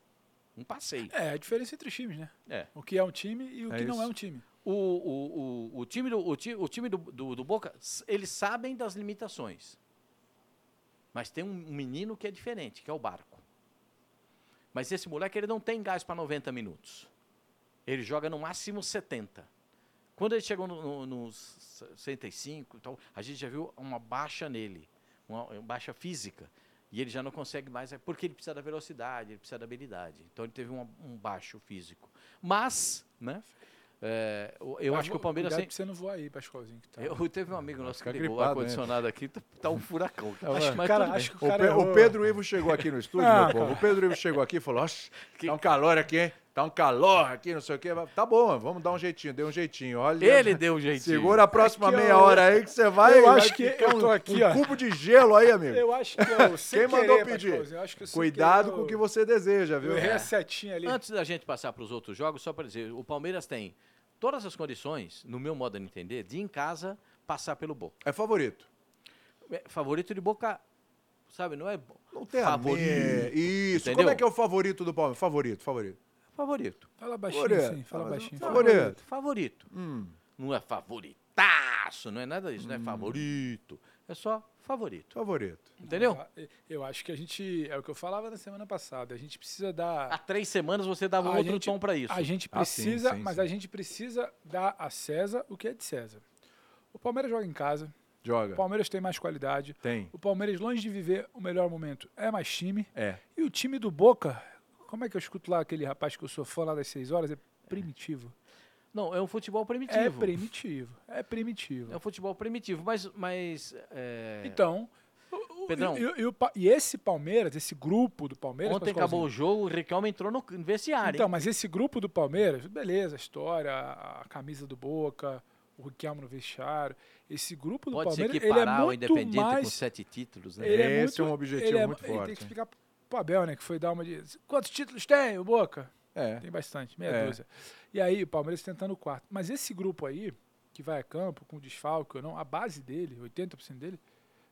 Speaker 5: Um passeio.
Speaker 4: É, a diferença entre os times, né?
Speaker 5: É.
Speaker 4: O que é um time e o
Speaker 2: É
Speaker 4: que não
Speaker 2: isso.
Speaker 4: é um time.
Speaker 5: o, o, o, o time, do, o ti- o time do, do, do Boca, s- eles sabem das limitações. Mas tem um menino que é diferente, que é o Barco. Mas esse moleque, ele não tem gás para 90 minutos. Ele joga no máximo 70. Quando ele chegou no- no- nos 65 e tal, a gente já viu uma baixa nele, uma uma baixa física. E ele já não consegue mais, é porque ele precisa da velocidade, ele precisa da habilidade. Então ele teve uma- um baixo físico. Mas, né? é, o- eu
Speaker 4: Mas
Speaker 5: acho que o
Speaker 4: vo-
Speaker 5: Palmeiras.
Speaker 4: Cuidado
Speaker 5: Sem...
Speaker 4: pra você não voar aí, Pascoalzinho. Que tá...
Speaker 5: Eu teve um amigo nosso que
Speaker 2: Fica
Speaker 5: ligou o
Speaker 2: gripado,
Speaker 5: ar-condicionado aqui, tá, tá um furacão.
Speaker 4: Acho que o
Speaker 5: Mas
Speaker 4: né? cara-
Speaker 5: tudo bem.
Speaker 4: acho que
Speaker 2: O,
Speaker 4: o cara
Speaker 2: Pe- o
Speaker 4: errou.
Speaker 2: Pedro Ivo chegou aqui no estúdio,
Speaker 4: Ah,
Speaker 2: meu povo. O Pedro Ivo chegou aqui e falou: Oxe, tá um calor aqui, hein? Tá um calor aqui, não sei o quê. Tá bom, vamos dar um jeitinho. Deu um jeitinho. Olha.
Speaker 5: Ele deu um jeitinho.
Speaker 2: Segura a próxima
Speaker 4: Aqui, ó.
Speaker 2: meia hora aí que você vai.
Speaker 4: Eu
Speaker 2: vai
Speaker 4: acho que
Speaker 2: ficar
Speaker 4: eu tô
Speaker 2: um-
Speaker 4: aqui,
Speaker 2: um
Speaker 4: ó.
Speaker 2: cubo de gelo aí, amigo.
Speaker 4: Eu acho que eu, sem
Speaker 2: Quem mandou
Speaker 4: querer,
Speaker 2: pedir?
Speaker 4: Pascoalzinho, eu acho que eu sem
Speaker 2: Cuidado
Speaker 4: querer, é
Speaker 2: com o que
Speaker 4: eu-
Speaker 2: você deseja, viu?
Speaker 4: Eu
Speaker 5: É.
Speaker 4: errei a setinha ali.
Speaker 5: Antes da gente passar para os outros jogos, só para dizer, o Palmeiras tem todas as condições, no meu modo de entender, de em casa passar pelo Boca.
Speaker 2: É favorito.
Speaker 5: É, Favorito de Boca, sabe, não é bo-
Speaker 2: Não tem a
Speaker 5: favorito.
Speaker 2: me- Isso.
Speaker 5: Entendeu?
Speaker 2: Como é que é o favorito do Palmeiras? Favorito, favorito.
Speaker 5: favorito.
Speaker 4: Fala baixinho,
Speaker 2: Favorito.
Speaker 4: sim. Fala
Speaker 2: Ah, mas
Speaker 4: baixinho.
Speaker 2: não- Favorito. Hum.
Speaker 5: Favorito. Não é favoritaço, não é nada disso, não é favorito. É só favorito.
Speaker 2: Favorito.
Speaker 5: Entendeu?
Speaker 4: Eu- Eu acho que a gente. É o que eu falava na semana passada. A gente precisa
Speaker 5: Há
Speaker 4: dar.
Speaker 5: três semanas você dava
Speaker 4: a
Speaker 5: Ah, tá, um outro
Speaker 4: gente-
Speaker 5: tom pra isso.
Speaker 4: A gente
Speaker 2: Ah, sim,
Speaker 4: precisa.
Speaker 2: sim,
Speaker 4: mas
Speaker 2: sim.
Speaker 4: a gente precisa dar a César o que é de César. O Palmeiras joga em casa.
Speaker 2: Joga.
Speaker 4: O Palmeiras É. tem mais qualidade.
Speaker 2: Tem.
Speaker 4: O Palmeiras, longe de viver o melhor momento, é mais time.
Speaker 2: É.
Speaker 4: E o time do Boca, como é que eu escuto lá aquele rapaz que eu sou fã lá das seis horas? É primitivo.
Speaker 5: Não, é um futebol
Speaker 4: É
Speaker 5: primitivo.
Speaker 4: primitivo. É primitivo.
Speaker 5: É um futebol primitivo, mas. mas é,
Speaker 4: Então. o- o-
Speaker 5: Pedrão.
Speaker 4: E, e o Pa- e esse Palmeiras, esse grupo do Palmeiras.
Speaker 5: Ontem
Speaker 4: Pascoalzinho,
Speaker 5: acabou o jogo, o Riquelme entrou no no vestiário.
Speaker 4: Então,
Speaker 5: hein?
Speaker 4: mas esse grupo do Palmeiras, beleza, a história, a a camisa do Boca, o Riquelme no vestiário, esse grupo do
Speaker 5: Pode ser
Speaker 4: Palmeiras,
Speaker 5: que
Speaker 4: ele é
Speaker 5: parar o
Speaker 4: muito
Speaker 5: Independente com
Speaker 4: mais...
Speaker 5: sete títulos, né?
Speaker 4: Ele é
Speaker 2: Esse é
Speaker 4: muito-
Speaker 2: um objetivo
Speaker 4: ele é-
Speaker 2: muito
Speaker 4: Ele
Speaker 2: forte,
Speaker 4: tem que
Speaker 2: hein?
Speaker 4: explicar pro Abel, né, que foi dar uma de... Quantos títulos tem o Boca?
Speaker 2: É.
Speaker 4: Tem bastante, meia
Speaker 2: É.
Speaker 4: dúzia. E aí, o Palmeiras tentando o quarto. Mas esse grupo aí, que vai a campo, com desfalque ou não, a base dele, 80% dele,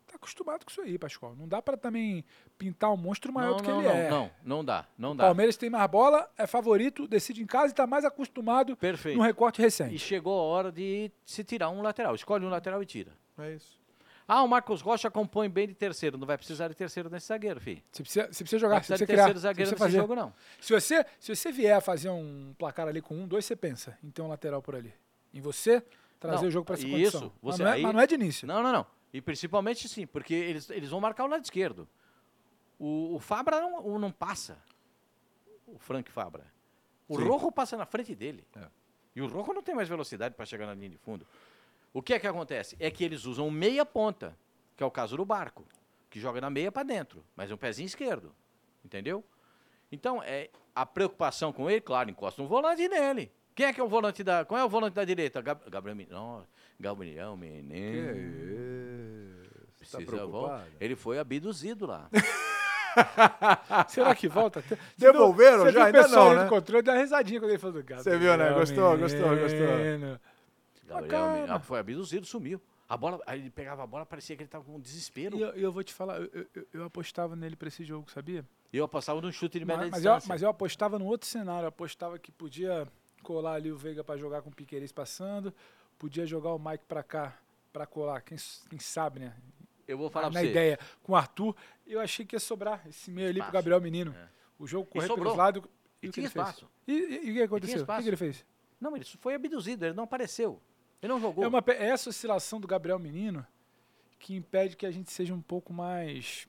Speaker 4: tá acostumado com isso aí, Pascoal. Não dá pra também pintar um monstro maior
Speaker 5: não,
Speaker 4: do que
Speaker 5: não,
Speaker 4: ele
Speaker 5: não,
Speaker 4: é.
Speaker 5: não, não dá, não
Speaker 4: O
Speaker 5: dá.
Speaker 4: Palmeiras tem mais bola, é favorito, decide em casa e tá mais acostumado
Speaker 5: Perfeito.
Speaker 4: no recorte
Speaker 5: E
Speaker 4: recente.
Speaker 5: chegou a hora de se tirar um lateral. Escolhe um lateral e tira.
Speaker 2: É isso.
Speaker 5: Ah, o Marcos Rocha compõe bem de terceiro. Não vai precisar de terceiro nesse zagueiro, filho.
Speaker 4: Você precisa, você precisa
Speaker 5: Não vai
Speaker 4: jogar, você
Speaker 5: precisar de
Speaker 4: precisa criar,
Speaker 5: terceiro
Speaker 4: você
Speaker 5: zagueiro
Speaker 4: precisa
Speaker 5: nesse
Speaker 4: fazer.
Speaker 5: jogo, não.
Speaker 4: Se você, se você vier a fazer um placar ali com um, dois, você pensa em ter um lateral por ali. Em você, trazer
Speaker 5: Não,
Speaker 4: o jogo pra essa
Speaker 5: isso,
Speaker 4: condição. mas,
Speaker 5: você-
Speaker 4: não é,
Speaker 5: aí-
Speaker 4: mas não é de início.
Speaker 5: Não, não, não. E principalmente sim, porque eles, eles vão marcar o lado esquerdo. O, o Fabra não, o- não passa. O Frank Fabra. O Rojo passa na frente dele.
Speaker 2: É.
Speaker 5: E o Rojo não tem mais velocidade para chegar na linha de fundo. O que é que acontece? É que eles usam meia ponta, que é o caso do Barco, que joga na meia para dentro, mas é um pezinho esquerdo. Entendeu? Então, é, a preocupação com ele, claro, encosta um volante nele. Quem é que é o volante da. Qual é o volante da direita? Gab- Gabriel Menino. Não, Gabriel Menino.
Speaker 2: Você tá
Speaker 5: Hum. Precisa
Speaker 2: preocupado?
Speaker 5: vol- Ele foi abduzido lá.
Speaker 4: Será que volta? Você
Speaker 2: Devolveram
Speaker 4: viu- você
Speaker 2: já?
Speaker 4: viu
Speaker 2: Ainda
Speaker 4: o pessoal
Speaker 2: não,
Speaker 4: ali
Speaker 2: né?
Speaker 4: do controle deu uma risadinha quando ele falou do
Speaker 2: Você viu, né? Gostou, gostou, gostou.
Speaker 4: gostou.
Speaker 5: Gabriel
Speaker 4: Bacana.
Speaker 5: Menino. Ah, Foi abduzido, sumiu. A bola, aí ele pegava a bola, parecia que ele estava com desespero.
Speaker 4: E eu, eu vou te falar, eu, eu- eu apostava nele pra esse jogo, sabia?
Speaker 5: E eu passava num chute de média
Speaker 4: Mas, mas eu,
Speaker 5: distância.
Speaker 4: mas eu apostava num outro cenário. Eu apostava que podia colar ali o Veiga pra jogar com o Piqueires passando, podia jogar o Mike pra cá pra colar, quem, s- quem sabe, né?
Speaker 5: eu vou falar
Speaker 4: Na
Speaker 5: pra você.
Speaker 4: ideia, com o Arthur. Eu achei que ia sobrar esse meio ali pro
Speaker 5: Espaço.
Speaker 4: Gabriel Menino.
Speaker 5: É.
Speaker 4: O jogo
Speaker 5: E
Speaker 4: correu
Speaker 5: sobrou.
Speaker 4: pelos lados.
Speaker 5: E
Speaker 4: o que
Speaker 5: tinha
Speaker 4: ele fez?
Speaker 5: espaço.
Speaker 4: E, e- e o que aconteceu? O que que
Speaker 5: espaço.
Speaker 4: ele fez?
Speaker 5: Não, ele foi abduzido, ele não apareceu. Ele não jogou.
Speaker 4: É, uma, pe- é essa oscilação do Gabriel Menino que impede que a gente seja um pouco mais,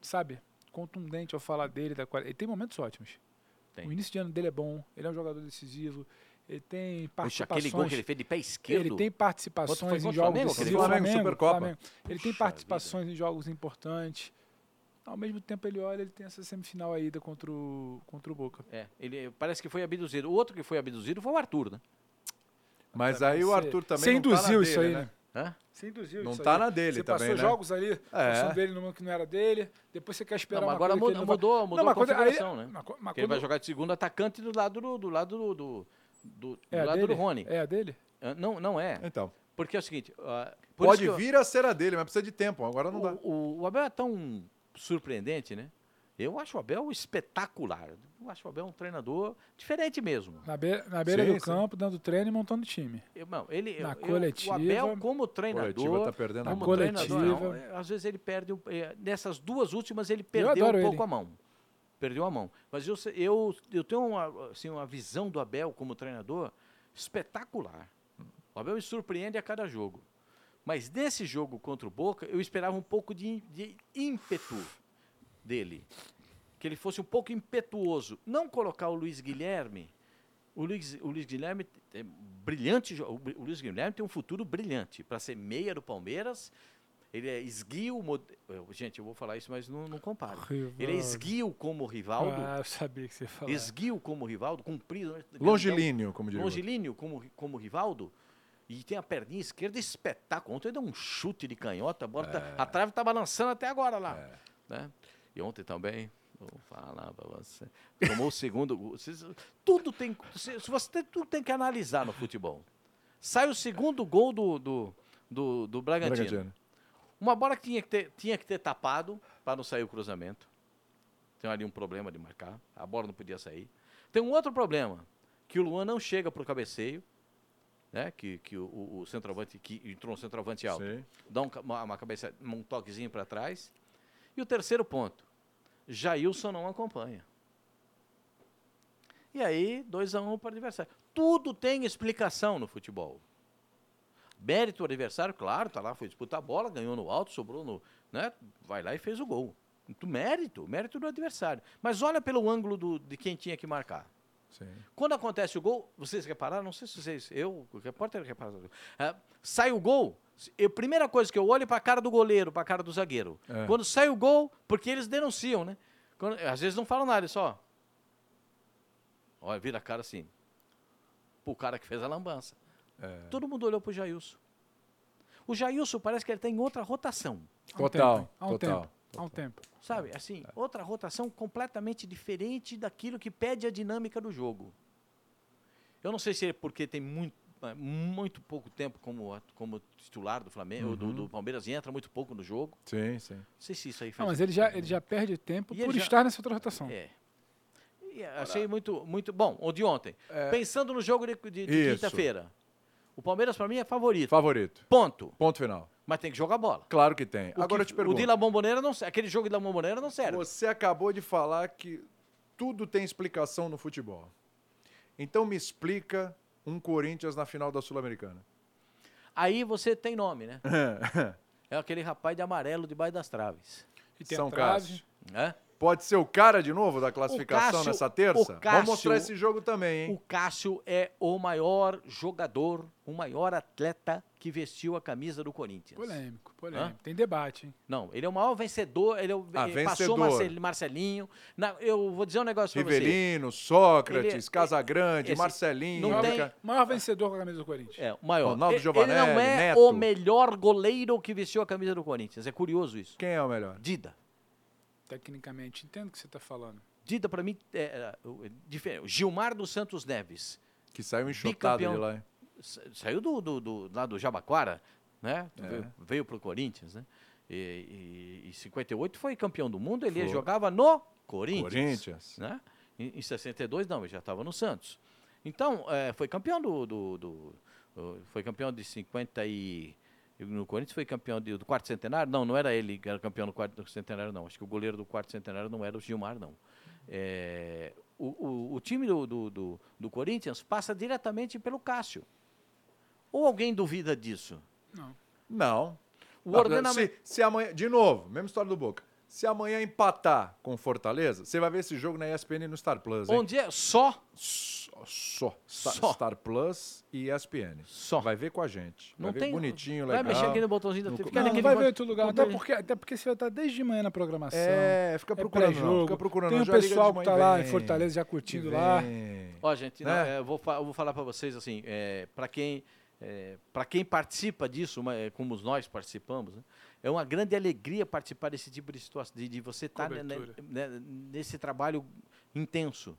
Speaker 4: sabe, contundente ao falar dele. Da quali- Ele tem momentos ótimos.
Speaker 5: Tem.
Speaker 4: O início de ano dele é bom, ele é um jogador decisivo, ele tem
Speaker 5: Puxa,
Speaker 4: participações.
Speaker 5: aquele gol que ele fez de pé esquerdo.
Speaker 4: Ele tem
Speaker 5: Quanto foi
Speaker 4: participações em
Speaker 5: contra o
Speaker 4: jogos
Speaker 5: Flamengo, aquele
Speaker 4: decisivos.
Speaker 2: gol? Flamengo, Supercopa.
Speaker 4: Ele tem participações em jogos importantes. Ao mesmo tempo, ele olha, ele tem essa semifinal aí da contra o, contra o Boca.
Speaker 5: É, ele parece que foi abduzido. O outro que foi abduzido foi o Arthur, né?
Speaker 2: Mas aí o
Speaker 4: Você-
Speaker 2: Arthur também.
Speaker 4: Você
Speaker 2: não tá na
Speaker 4: induziu isso
Speaker 2: dele,
Speaker 4: aí, né?
Speaker 5: Hã?
Speaker 4: Você induziu
Speaker 2: Não
Speaker 4: isso
Speaker 2: tá
Speaker 4: aí.
Speaker 2: na dele
Speaker 4: você
Speaker 2: também,
Speaker 4: passou
Speaker 2: né?
Speaker 4: jogos ali,
Speaker 2: É.
Speaker 4: passando dele no que não era dele, depois você quer esperar
Speaker 5: Não, mas
Speaker 4: uma
Speaker 5: agora
Speaker 4: coisa que
Speaker 5: mudou,
Speaker 4: ele não vai-
Speaker 5: mudou, mudou
Speaker 4: mas
Speaker 5: a
Speaker 4: quando- aí-
Speaker 5: configuração, né?
Speaker 4: mas co- mas
Speaker 5: Porque ele vai
Speaker 4: Ah, quando-
Speaker 5: jogar de segundo atacante do lado do, do lado do, do, do, do
Speaker 4: é a
Speaker 5: lado
Speaker 4: dele?
Speaker 5: do Rony.
Speaker 4: É a dele?
Speaker 5: Ah, Não, não é.
Speaker 2: Então.
Speaker 5: Porque é o seguinte. ah, por isso
Speaker 2: Pode
Speaker 5: que eu-
Speaker 2: vir a ser a dele, mas precisa de tempo. Agora não dá.
Speaker 5: O, o- o Abel é tão surpreendente, né? Eu acho o Abel espetacular. Eu acho o Abel um treinador diferente mesmo.
Speaker 4: Na, be- na beira
Speaker 2: Sim,
Speaker 4: do
Speaker 2: sim.
Speaker 4: campo, dando treino e montando time.
Speaker 5: Eu- não, ele,
Speaker 4: Na
Speaker 5: eu- eu-
Speaker 4: coletiva-
Speaker 5: o Abel como
Speaker 2: Coletiva
Speaker 5: treinador,
Speaker 2: tá perdendo a
Speaker 5: como
Speaker 2: mão.
Speaker 5: treinador,
Speaker 4: coletiva.
Speaker 5: não, é, às vezes ele perde. um- eh, Nessas duas últimas ele perdeu
Speaker 4: adoro
Speaker 5: um pouco
Speaker 4: ele.
Speaker 5: a mão. Perdeu a mão. Mas eu, se- eu, eu tenho uma, assim, uma visão do Abel como treinador espetacular. O Abel me surpreende a cada jogo. Mas nesse jogo contra o Boca, eu esperava um pouco de, in- de ímpeto dele. Que ele fosse um pouco impetuoso. Não colocar o Luiz Guilherme. O Luiz, o Luiz Guilherme é brilhante. jo- O Bri- o Luiz Guilherme tem um futuro brilhante. Para ser meia do Palmeiras, ele é esguio. mo- eu- Gente, eu vou falar isso, mas não, não comparo. Ele é esguio como Rivaldo.
Speaker 4: Ah, eu sabia que você ia falar.
Speaker 5: Esguio como Rivaldo, comprido. né?
Speaker 2: Longilíneo, como diria. o outro.
Speaker 5: Longilíneo como, como Rivaldo. E tem a perninha esquerda espetacular. Ontem ele deu um chute de canhota, a, bola
Speaker 2: É.
Speaker 5: tá- a trave tá balançando até agora lá. né? E ontem também, vou falar pra você, tomou o segundo gol. Vocês- tudo tem, se se você tem, tudo tem que analisar no futebol. Sai o segundo gol do, do, do, do Bragantino.
Speaker 2: Bragantino.
Speaker 5: Uma bola que tinha que ter, tinha que ter tapado para não sair o cruzamento. Tem ali um problema de marcar. A bola não podia sair. Tem um outro problema, que o Luan não chega para o cabeceio, né? Que, que o, o- o centroavante, que entrou um centroavante alto,
Speaker 3: Sei.
Speaker 5: dá um ca- uma, uma cabeça, um toquezinho para trás. E o terceiro ponto, Jailson não acompanha. E aí, 2 a 1 um para o adversário. Tudo tem explicação no futebol. Mérito do adversário, claro, tá lá, foi disputar a bola, ganhou no alto, sobrou no. Né, vai lá e fez o gol. Muito mérito, mérito do adversário. Mas olha pelo ângulo do- de quem tinha que marcar.
Speaker 2: Sim.
Speaker 5: Quando acontece o gol, vocês repararam? Não sei se vocês. Eu, o repórter repararam. Ah, sai o gol, a primeira coisa que eu olho é para a cara do goleiro, para a cara do zagueiro.
Speaker 2: É.
Speaker 5: Quando sai o gol, porque eles denunciam, né? Quando- às vezes não falam nada, eles só. Olha, vira a cara assim. Pro cara que fez a lambança. Todo mundo olhou pro Jailson. O Jailson parece que ele tem outra rotação.
Speaker 4: Há um
Speaker 2: Total,
Speaker 4: tempo, Há um
Speaker 2: total,
Speaker 4: tempo. Há um tempo.
Speaker 5: Sabe, assim,
Speaker 2: É.
Speaker 5: outra rotação completamente diferente daquilo que pede a dinâmica do jogo. Eu não sei se é porque tem muito, eh, muito pouco tempo como, a- como titular do Flamengo,
Speaker 2: Uhum.
Speaker 5: do, do Palmeiras, e entra muito pouco no jogo.
Speaker 2: Sim, sim.
Speaker 5: Não sei se isso aí faz.
Speaker 4: Não, mas ele já, ele já perde tempo
Speaker 5: E
Speaker 4: por
Speaker 5: ele já-
Speaker 4: estar nessa outra rotação.
Speaker 2: um-
Speaker 5: É. E é, achei muito, muito bom. O de ontem. Pensando no jogo de, de- de
Speaker 2: É. Isso.
Speaker 5: quinta-feira. O Palmeiras, para mim, é favorito.
Speaker 2: Favorito.
Speaker 5: Ponto.
Speaker 2: Ponto final.
Speaker 5: Mas tem que jogar bola.
Speaker 2: Claro que tem.
Speaker 5: O
Speaker 2: Agora
Speaker 5: que-
Speaker 2: eu te pergunto.
Speaker 5: O de La Bombonera não serve. Aquele jogo de La Bombonera não serve.
Speaker 2: Você acabou de falar que tudo tem explicação no futebol. Então me explica um Corinthians na final da Sul-Americana.
Speaker 5: Aí você tem nome, né? É aquele rapaz de amarelo debaixo das traves.
Speaker 4: E tem
Speaker 2: São
Speaker 4: a trave.
Speaker 2: Cássio.
Speaker 5: Né?
Speaker 2: Pode ser o cara de novo da classificação
Speaker 5: Cássio-
Speaker 2: nessa terça?
Speaker 5: o Cássio-
Speaker 2: Vamos mostrar esse jogo também, hein?
Speaker 5: O Cássio é o maior jogador, o maior atleta que vestiu a camisa do Corinthians.
Speaker 4: Polêmico, polêmico. Tem debate, hein?
Speaker 5: Não, ele é o maior vencedor. Ele é o-
Speaker 2: Ah,
Speaker 5: eh,
Speaker 2: vencedor.
Speaker 5: passou Marcel- Marcelinho. Na- eu vou dizer um negócio pra você.
Speaker 2: Rivelino, Sócrates,
Speaker 5: Ele-
Speaker 2: Casagrande,
Speaker 5: esse-
Speaker 2: Marcelinho.
Speaker 5: não tem-
Speaker 2: Rica-
Speaker 4: Maior vencedor com a camisa do Corinthians.
Speaker 5: É, o maior.
Speaker 2: Ronaldo
Speaker 5: E-
Speaker 2: Giovanelli,
Speaker 5: ele não é
Speaker 2: Neto.
Speaker 5: o melhor goleiro que vestiu a camisa do Corinthians. É curioso isso.
Speaker 2: Quem é o melhor?
Speaker 5: Dida.
Speaker 4: Tecnicamente, entendo o que você está falando.
Speaker 5: Dida, pra mim, é, é, o- é diferente. O Gilmar dos Santos Neves.
Speaker 2: Que saiu enxotado de
Speaker 5: Bicampeão.
Speaker 2: lá. hein?
Speaker 5: sa- saiu do, do, do- lá do Jabaquara, né? Veio, veio pro Corinthians, né? E, e, e 58 foi campeão do mundo, ele jogava no Corinthians.
Speaker 2: Corinthians.
Speaker 5: Né? Em, em 62 não, ele já estava no Santos. Então, eh, foi campeão do, do- do- do- Foi campeão de 50 e. No Corinthians foi campeão de- do quarto centenário? Não, não era ele que era campeão do quarto centenário, não. Acho que o goleiro do quarto centenário não era o Gilmar, não. Eh, o, o- o time do- do- do, do Corinthians passa diretamente pelo Cássio. Ou alguém duvida disso?
Speaker 4: Não.
Speaker 2: Não.
Speaker 5: O
Speaker 2: Não,
Speaker 5: ordenamento.
Speaker 2: se, se amanhã, de novo, mesma história do Boca. Se amanhã empatar com Fortaleza, você vai ver esse jogo na ESPN e no Star Plus, hein?
Speaker 5: Onde é só.
Speaker 2: Só, só, Star-
Speaker 5: Só.
Speaker 2: Star Plus e ESPN.
Speaker 5: Só.
Speaker 2: Vai ver com a gente.
Speaker 5: Não
Speaker 2: vai
Speaker 5: tem.
Speaker 2: ver bonitinho,
Speaker 5: vai
Speaker 2: legal.
Speaker 5: mexer aqui no botãozinho da
Speaker 2: No-
Speaker 5: TV.
Speaker 2: Não,
Speaker 5: Fica
Speaker 4: Não, não
Speaker 5: naquele
Speaker 4: vai
Speaker 5: bot-
Speaker 4: ver outro lugar. tá né?
Speaker 5: botão-
Speaker 4: Até porque, até porque você vai estar desde de manhã na programação.
Speaker 2: É, fica procurando, não,
Speaker 4: pré-jogo.
Speaker 2: fica procurando,
Speaker 4: Tem
Speaker 2: não,
Speaker 4: o
Speaker 2: já liga de
Speaker 4: pessoal que
Speaker 2: manhã
Speaker 4: tá
Speaker 2: e
Speaker 4: lá em
Speaker 2: vem.
Speaker 4: Fortaleza já
Speaker 2: Que
Speaker 4: curtindo lá.
Speaker 2: vem.
Speaker 5: Ó, gente, não,
Speaker 2: Né?
Speaker 5: é, eu, vou, fa- eu vou falar para vocês assim, para quem é, para quem participa disso, uma- é, como nós participamos, né, é uma grande alegria participar desse tipo de situação, de, de você tá, estar
Speaker 4: Cobertura.
Speaker 5: né, nesse trabalho intenso,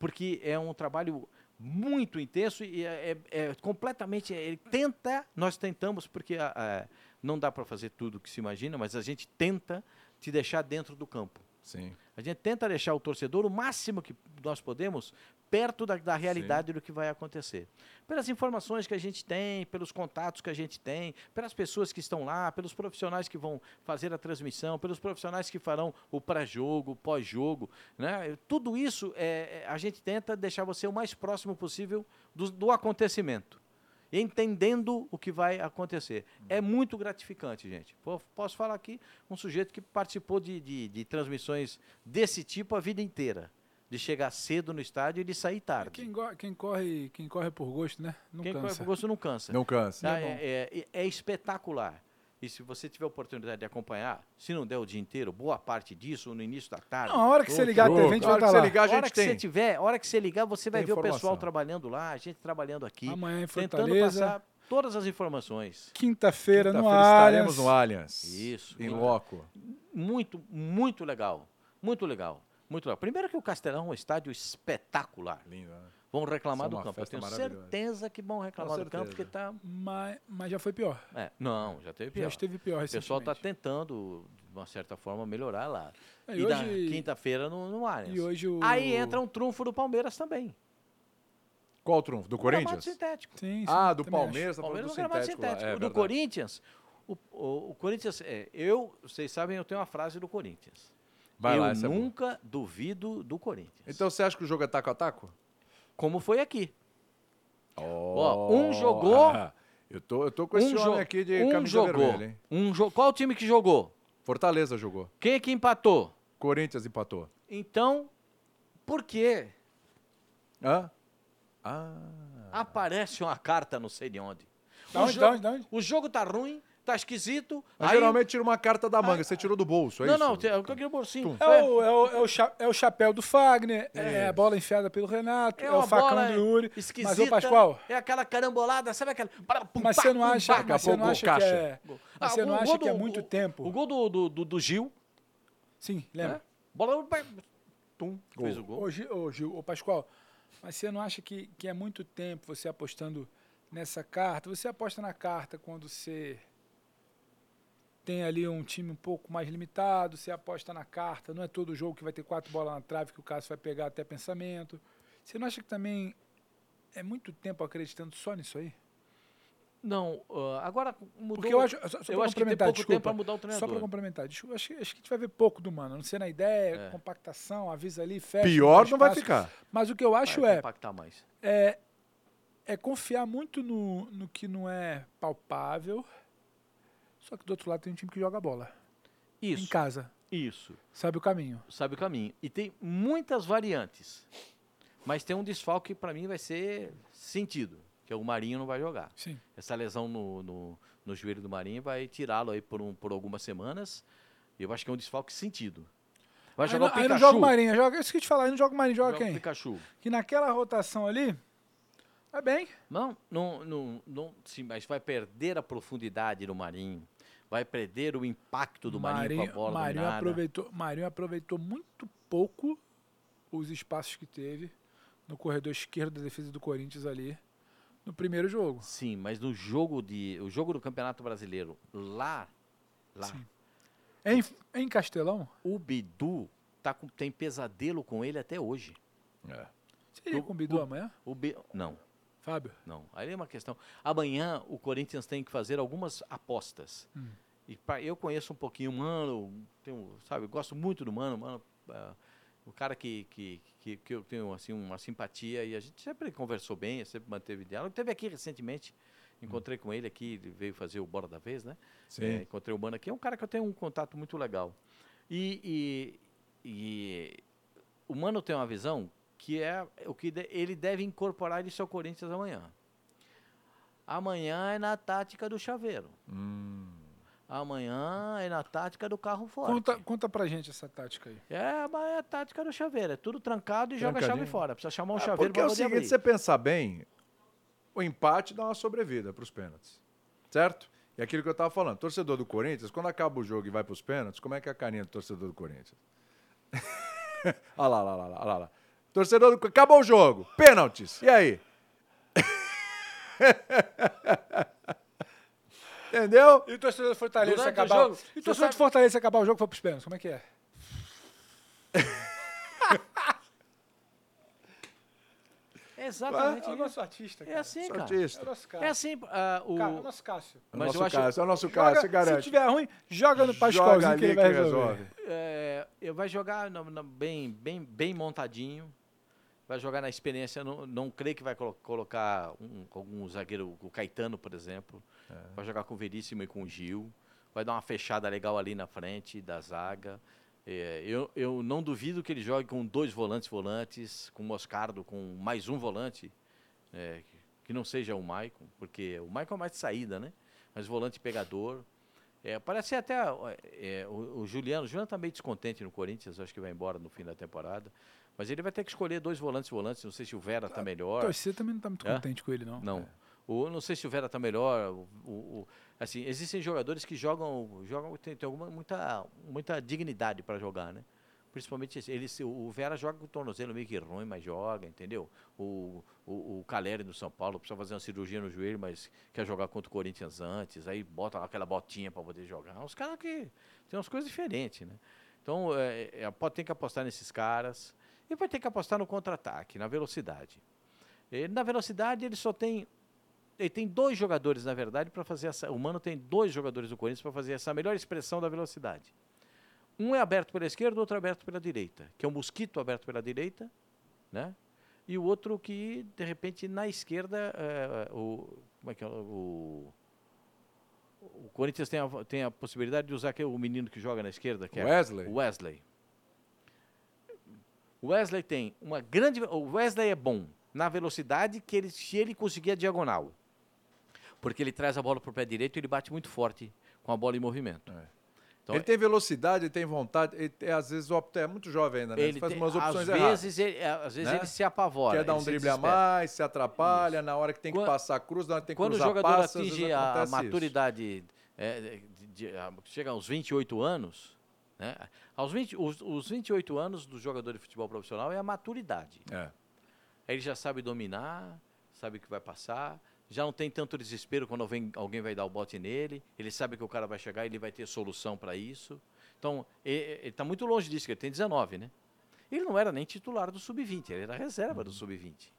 Speaker 5: porque é um trabalho muito intenso e é, é- é completamente ele tenta, nós tentamos porque a- a- não dá para fazer tudo o que se imagina, mas a gente tenta te deixar dentro do campo.
Speaker 2: Sim.
Speaker 5: A gente tenta deixar o torcedor o máximo que nós podemos perto da, da realidade do que vai acontecer. Pelas informações que a gente tem, pelos contatos que a gente tem, pelas pessoas que estão lá, pelos profissionais que vão fazer a transmissão, pelos profissionais que farão o pré-jogo, o pós-jogo, né? Tudo isso é, é, a gente tenta deixar você o mais próximo possível do, do acontecimento. Entendendo o que vai acontecer. É muito gratificante, gente. Po- Posso falar aqui um sujeito que participou de, de- de transmissões desse tipo a vida inteira. De chegar cedo no estádio e de sair tarde.
Speaker 4: Quem, go- quem corre, quem corre por gosto, né? Não
Speaker 5: Quem corre é
Speaker 4: cansa.
Speaker 5: por gosto não cansa.
Speaker 2: Não cansa.
Speaker 5: Tá? É, é- é espetacular. E se você tiver oportunidade de acompanhar, se não der o dia inteiro, boa parte disso, no início da tarde.
Speaker 4: Não, a hora que você ligar a TV, a
Speaker 2: Na
Speaker 4: gente vai
Speaker 2: hora
Speaker 4: estar
Speaker 2: que você
Speaker 4: lá.
Speaker 2: ligar, a
Speaker 5: hora
Speaker 2: gente
Speaker 5: que você
Speaker 2: tem.
Speaker 5: tiver, a hora que você ligar, você vai
Speaker 2: Tem
Speaker 5: ver o pessoal
Speaker 2: informação.
Speaker 5: trabalhando lá, a gente trabalhando aqui.
Speaker 4: Amanhã em
Speaker 5: tentando
Speaker 4: Fortaleza.
Speaker 5: passar todas as informações.
Speaker 4: Quinta-feira no
Speaker 2: Quinta-feira
Speaker 4: Allianz.
Speaker 2: estaremos no Allianz.
Speaker 5: Isso.
Speaker 2: Em
Speaker 5: Quinta.
Speaker 2: loco.
Speaker 5: Muito, muito legal. Muito legal. Muito legal. Primeiro que o Castelão é um estádio espetacular.
Speaker 2: Lindo, né?
Speaker 5: Vão
Speaker 2: Isso
Speaker 5: reclamar
Speaker 2: é
Speaker 5: do
Speaker 2: uma
Speaker 5: campo. Eu
Speaker 2: festa
Speaker 5: tenho
Speaker 2: maravilhosa.
Speaker 5: certeza que vão reclamar
Speaker 2: Com
Speaker 5: do campo, porque
Speaker 2: certeza.
Speaker 5: está
Speaker 4: Mas, mas já foi pior.
Speaker 5: É, não, já teve
Speaker 4: Já
Speaker 5: pior.
Speaker 4: esteve pior
Speaker 5: O pessoal está
Speaker 2: tá
Speaker 4: recentemente.
Speaker 5: tentando uma certa forma, melhorar lá.
Speaker 4: É,
Speaker 5: E,
Speaker 4: e
Speaker 5: na
Speaker 4: hoje-
Speaker 5: quinta-feira no, no Allianz.
Speaker 4: E hoje o-
Speaker 5: né? Aí entra um trunfo do Palmeiras também. Um
Speaker 2: Qual o trunfo? Do
Speaker 5: Gramado
Speaker 2: Corinthians?
Speaker 5: sintético.
Speaker 4: Sim, sim,
Speaker 2: Ah, do
Speaker 4: também acho.
Speaker 2: Palmeiras, tá falando do
Speaker 5: Palmeiras não gramado
Speaker 2: sintético. lá. É
Speaker 5: sintético. o do
Speaker 2: verdade.
Speaker 5: Corinthians, o, o- o Corinthians, é, eu, vocês sabem, eu tenho uma frase do Corinthians.
Speaker 2: Vai
Speaker 5: eu
Speaker 2: lá, essa é boa.
Speaker 5: nunca duvido do Corinthians.
Speaker 2: Então você acha que o jogo é taco a taco?
Speaker 5: Como foi aqui.
Speaker 2: Ó,
Speaker 5: um jogou-
Speaker 2: eu, tô, eu tô com esse
Speaker 5: jo-
Speaker 2: homem aqui de
Speaker 5: um
Speaker 2: camisa
Speaker 5: jogou.
Speaker 2: vermelha, hein?
Speaker 5: Um jo- Qual o time que jogou?
Speaker 2: Fortaleza jogou.
Speaker 5: Quem é que empatou?
Speaker 2: Corinthians empatou.
Speaker 5: Então, por quê?
Speaker 2: Hã? Ah.
Speaker 5: Aparece uma carta não sei de onde.
Speaker 4: Da
Speaker 5: o,
Speaker 4: onde,
Speaker 5: jogo,
Speaker 4: da onde, da onde? é
Speaker 5: o jogo tá ruim, tá esquisito.
Speaker 2: Mas
Speaker 5: aí-
Speaker 2: geralmente tira uma carta da manga. Você tirou do bolso, é
Speaker 5: não,
Speaker 2: isso?
Speaker 5: não, tem- eu coloquei o bolsinho.
Speaker 4: É o, é, o, é, o cha- é o chapéu do Fagner, é a bola enfiada pelo Renato, é, o
Speaker 5: uma
Speaker 4: facão
Speaker 5: bola
Speaker 4: do Yuri.
Speaker 5: Esquisita, Um
Speaker 4: Mas, ô Pascoal,
Speaker 5: É aquela carambolada, sabe aquela. pum,
Speaker 4: mas
Speaker 5: pá,
Speaker 4: você não
Speaker 5: pum,
Speaker 4: acha,
Speaker 5: pá,
Speaker 4: mas você
Speaker 2: pouco
Speaker 4: não acha que
Speaker 2: caixa.
Speaker 4: é, mas
Speaker 5: Ah,
Speaker 4: você
Speaker 5: o
Speaker 4: não
Speaker 5: gol
Speaker 4: acha
Speaker 5: do-
Speaker 4: que é
Speaker 5: o-
Speaker 4: muito
Speaker 5: O
Speaker 4: tempo?
Speaker 5: gol do, do, do- do Gil.
Speaker 4: Sim, lembra?
Speaker 5: né? Bola. pá, Tum, fez o gol.
Speaker 4: Ô, Gil, ô, Gil, ô, Pascoal, mas você não acha que, que é muito tempo você apostando nessa carta? Você aposta na carta quando você tem ali um time um pouco mais limitado, você aposta na carta, não é todo jogo que vai ter quatro bolas na trave que o Cássio vai pegar até pensamento. Você não acha que também é muito tempo acreditando só nisso aí?
Speaker 5: Não, ah, agora mudou.
Speaker 4: Porque eu acho, só, só pra
Speaker 5: eu acho que tem
Speaker 4: complementar,
Speaker 5: pouco
Speaker 4: desculpa,
Speaker 5: tempo para mudar o
Speaker 4: Só
Speaker 5: treinador.
Speaker 4: para complementar, desculpa, acho, que- acho que a gente vai ver pouco do Mano, não sei na ideia,
Speaker 5: É.
Speaker 4: compactação, avisa ali, fecha.
Speaker 2: Pior
Speaker 4: dá
Speaker 2: não vai
Speaker 4: espaço.
Speaker 2: ficar.
Speaker 4: Mas o que eu acho
Speaker 5: Vai
Speaker 4: é,
Speaker 5: compactar mais.
Speaker 4: é, é confiar muito no, no que não é palpável. Só que do outro lado tem um time que joga bola. Em
Speaker 5: Isso.
Speaker 4: casa.
Speaker 5: Isso.
Speaker 4: Sabe o caminho.
Speaker 5: Sabe o caminho. E tem muitas variantes. Mas tem um desfalque que para mim vai ser sentido, que é o Marinho não vai jogar.
Speaker 4: Sim.
Speaker 5: Essa lesão no, no, no joelho do Marinho vai tirá-lo aí por, um, por algumas semanas. Eu acho que é um desfalque sentido. Vai
Speaker 4: Aí,
Speaker 5: jogar
Speaker 4: não,
Speaker 5: o
Speaker 4: aí
Speaker 5: Pikachu.
Speaker 4: não joga o Marinho. Joga, isso que eu te falar, aí não joga o Marinho, joga,
Speaker 5: Joga o
Speaker 4: quem?
Speaker 5: Pikachu.
Speaker 4: Que naquela rotação ali, vai bem.
Speaker 5: Não, não, não, não sim, mas vai perder a profundidade do Marinho. Vai perder o impacto do Marinho, com a bola
Speaker 4: Marinho
Speaker 5: dominada.
Speaker 4: aproveitou, Marinho aproveitou muito pouco os espaços que teve no corredor esquerdo da defesa do Corinthians ali no primeiro jogo.
Speaker 5: Sim, mas no jogo de, o jogo do Campeonato Brasileiro lá, lá,
Speaker 4: Em, em Castelão,
Speaker 5: o Bidu tá com, tem pesadelo com ele até hoje. É,
Speaker 4: você iria
Speaker 5: O-
Speaker 4: com o Bidu amanhã,
Speaker 5: O Bi- não,
Speaker 4: Fábio?
Speaker 5: não. Aí é uma questão. Amanhã o Corinthians tem que fazer algumas apostas. E pra, eu conheço um pouquinho o Mano, tenho, sabe, eu gosto muito do Mano, Mano, ah, o cara que, que, que, que eu tenho assim uma simpatia e a gente sempre conversou bem, sempre manteve diálogo. Teve aqui recentemente, encontrei com ele aqui, ele veio fazer o Bora da Vez, né? É, encontrei o Mano aqui, é um cara que eu tenho um contato muito legal. E, e- e o Mano tem uma visão que é o que de- ele deve incorporar isso ao Corinthians amanhã. Amanhã é na tática do chaveiro.
Speaker 2: Hum.
Speaker 5: Amanhã é na tática do carro forte.
Speaker 4: Conta, conta pra gente essa tática aí.
Speaker 5: É, mas é a tática do chaveiro. É tudo trancado e joga a chave
Speaker 2: Trancadinho.
Speaker 5: fora. Precisa chamar um
Speaker 2: Ah,
Speaker 5: chaveiro
Speaker 2: porque
Speaker 5: para
Speaker 2: é o
Speaker 5: poder
Speaker 2: seguinte,
Speaker 5: abrir.
Speaker 2: se você pensar bem, o empate dá uma sobrevida para os pênaltis, certo? E é aquilo que eu estava falando, torcedor do Corinthians, quando acaba o jogo e vai para os pênaltis, como é que é a carinha do torcedor do Corinthians? olha lá, olha lá, olha lá, olha lá. Torcedor do Cor- acabou o jogo, pênaltis, e aí? Entendeu?
Speaker 4: E o torcedor do Fortaleza
Speaker 5: Durante o
Speaker 4: acabar.
Speaker 5: jogo,
Speaker 4: e o
Speaker 5: você
Speaker 4: torcedor
Speaker 5: sabe-
Speaker 4: do Fortaleza acabar o jogo foi pros pênaltis, como é que é? É o
Speaker 5: É
Speaker 2: Ah,
Speaker 5: Exatamente.
Speaker 4: nosso artista,
Speaker 5: É
Speaker 4: cara.
Speaker 5: assim, cara.
Speaker 4: É o
Speaker 2: Artista.
Speaker 4: nosso cara.
Speaker 5: É assim. ah, o... Ah,
Speaker 4: Cara, é o nosso Cássio.
Speaker 2: É o
Speaker 5: Mas
Speaker 2: nosso
Speaker 5: eu acho-
Speaker 2: Cássio, é o nosso
Speaker 4: Joga-
Speaker 2: Cássio, garante.
Speaker 4: se tiver ruim, joga no
Speaker 2: Joga
Speaker 4: Pascoalzinho
Speaker 2: ali
Speaker 4: que ele vai resolver.
Speaker 5: é, eu- vai jogar na- na- bem, bem, bem montadinho. Vai jogar na experiência. Não, não creio que vai colo- colocar um, algum zagueiro, o Caetano, por exemplo. Vai jogar com o Veríssimo e com o Gil. Vai dar uma fechada legal ali na frente da zaga. É, eu, eu não duvido que ele jogue com dois volantes volantes, com o Moscardo, com mais um volante, é, que- que não seja o Maicon, porque o Maicon é mais de saída, né? Mas volante pegador. É, parece até ó, é, o, o Juliano. O Juliano está meio descontente no Corinthians, acho que vai embora no fim da temporada. Mas ele vai ter que escolher dois volantes volantes. Não sei se o Vera está melhor.
Speaker 4: Torcer também não tá muito
Speaker 5: Hã?
Speaker 4: contente com ele, não.
Speaker 5: É? Não. O, não sei se o Vera tá melhor. O, o- o- assim, existem jogadores que jogam, jogam tem, tem alguma muita, muita dignidade para jogar, né? principalmente esse- eles, o o Vera joga com o tornozelo meio que ruim, mas joga, entendeu? O, o, o Caleri do São Paulo precisa fazer uma cirurgia no joelho, mas quer jogar contra o Corinthians antes, aí bota lá aquela botinha para poder jogar. Uns caras que tem umas coisas diferentes, né? Então, é, é, pode ter que apostar nesses caras e vai ter que apostar no contra-ataque, na velocidade. Ele, Eh, na velocidade, ele só tem. Ele tem dois jogadores, na verdade, para fazer essa. O Mano tem dois jogadores do Corinthians para fazer essa melhor expressão da velocidade. Um é aberto pela esquerda, outro é aberto pela direita, que é o Mosquito aberto pela direita, né? E o outro que, de repente, na esquerda, é, o, como é que é? O, o Corinthians tem a, tem a possibilidade de usar que é o menino que joga na esquerda, que é
Speaker 2: Wesley?
Speaker 5: Wesley. O Wesley tem uma grande. O Wesley é bom na velocidade que ele, se ele conseguir a diagonal. Porque ele traz a bola para o pé direito e ele bate muito forte com a bola em movimento. Então,
Speaker 2: ele tem velocidade, ele tem vontade, ele tem- às vezes opta, é muito jovem ainda, né? Ele,
Speaker 5: ele
Speaker 2: faz
Speaker 5: tem-
Speaker 2: umas opções
Speaker 5: às
Speaker 2: erradas.
Speaker 5: vezes, ele, é, às vezes
Speaker 2: né?
Speaker 5: ele se apavora.
Speaker 2: Quer dar um
Speaker 5: ele se
Speaker 2: drible a
Speaker 5: desespera.
Speaker 2: mais, se atrapalha, na hora que tem que
Speaker 5: Quan-
Speaker 2: passar a cruz, na hora que tem que
Speaker 5: Quando o
Speaker 2: cruzar
Speaker 5: jogador
Speaker 2: passes,
Speaker 5: atinge a- a,
Speaker 2: acontece isso.
Speaker 5: maturidade, é, de- de- a- chega aos 28 anos, né? aos 20, os, os 28 anos do jogador de futebol profissional é a maturidade.
Speaker 2: É.
Speaker 5: Aí ele já sabe dominar, sabe o que vai passar, já não tem tanto desespero quando alguém, alguém vai dar o bote nele, ele sabe que o cara vai chegar e ele vai ter solução para isso. Então, e- e- ele está muito longe disso, que ele tem 19, né? Ele não era nem titular do Sub-20, ele era reserva do Sub-20.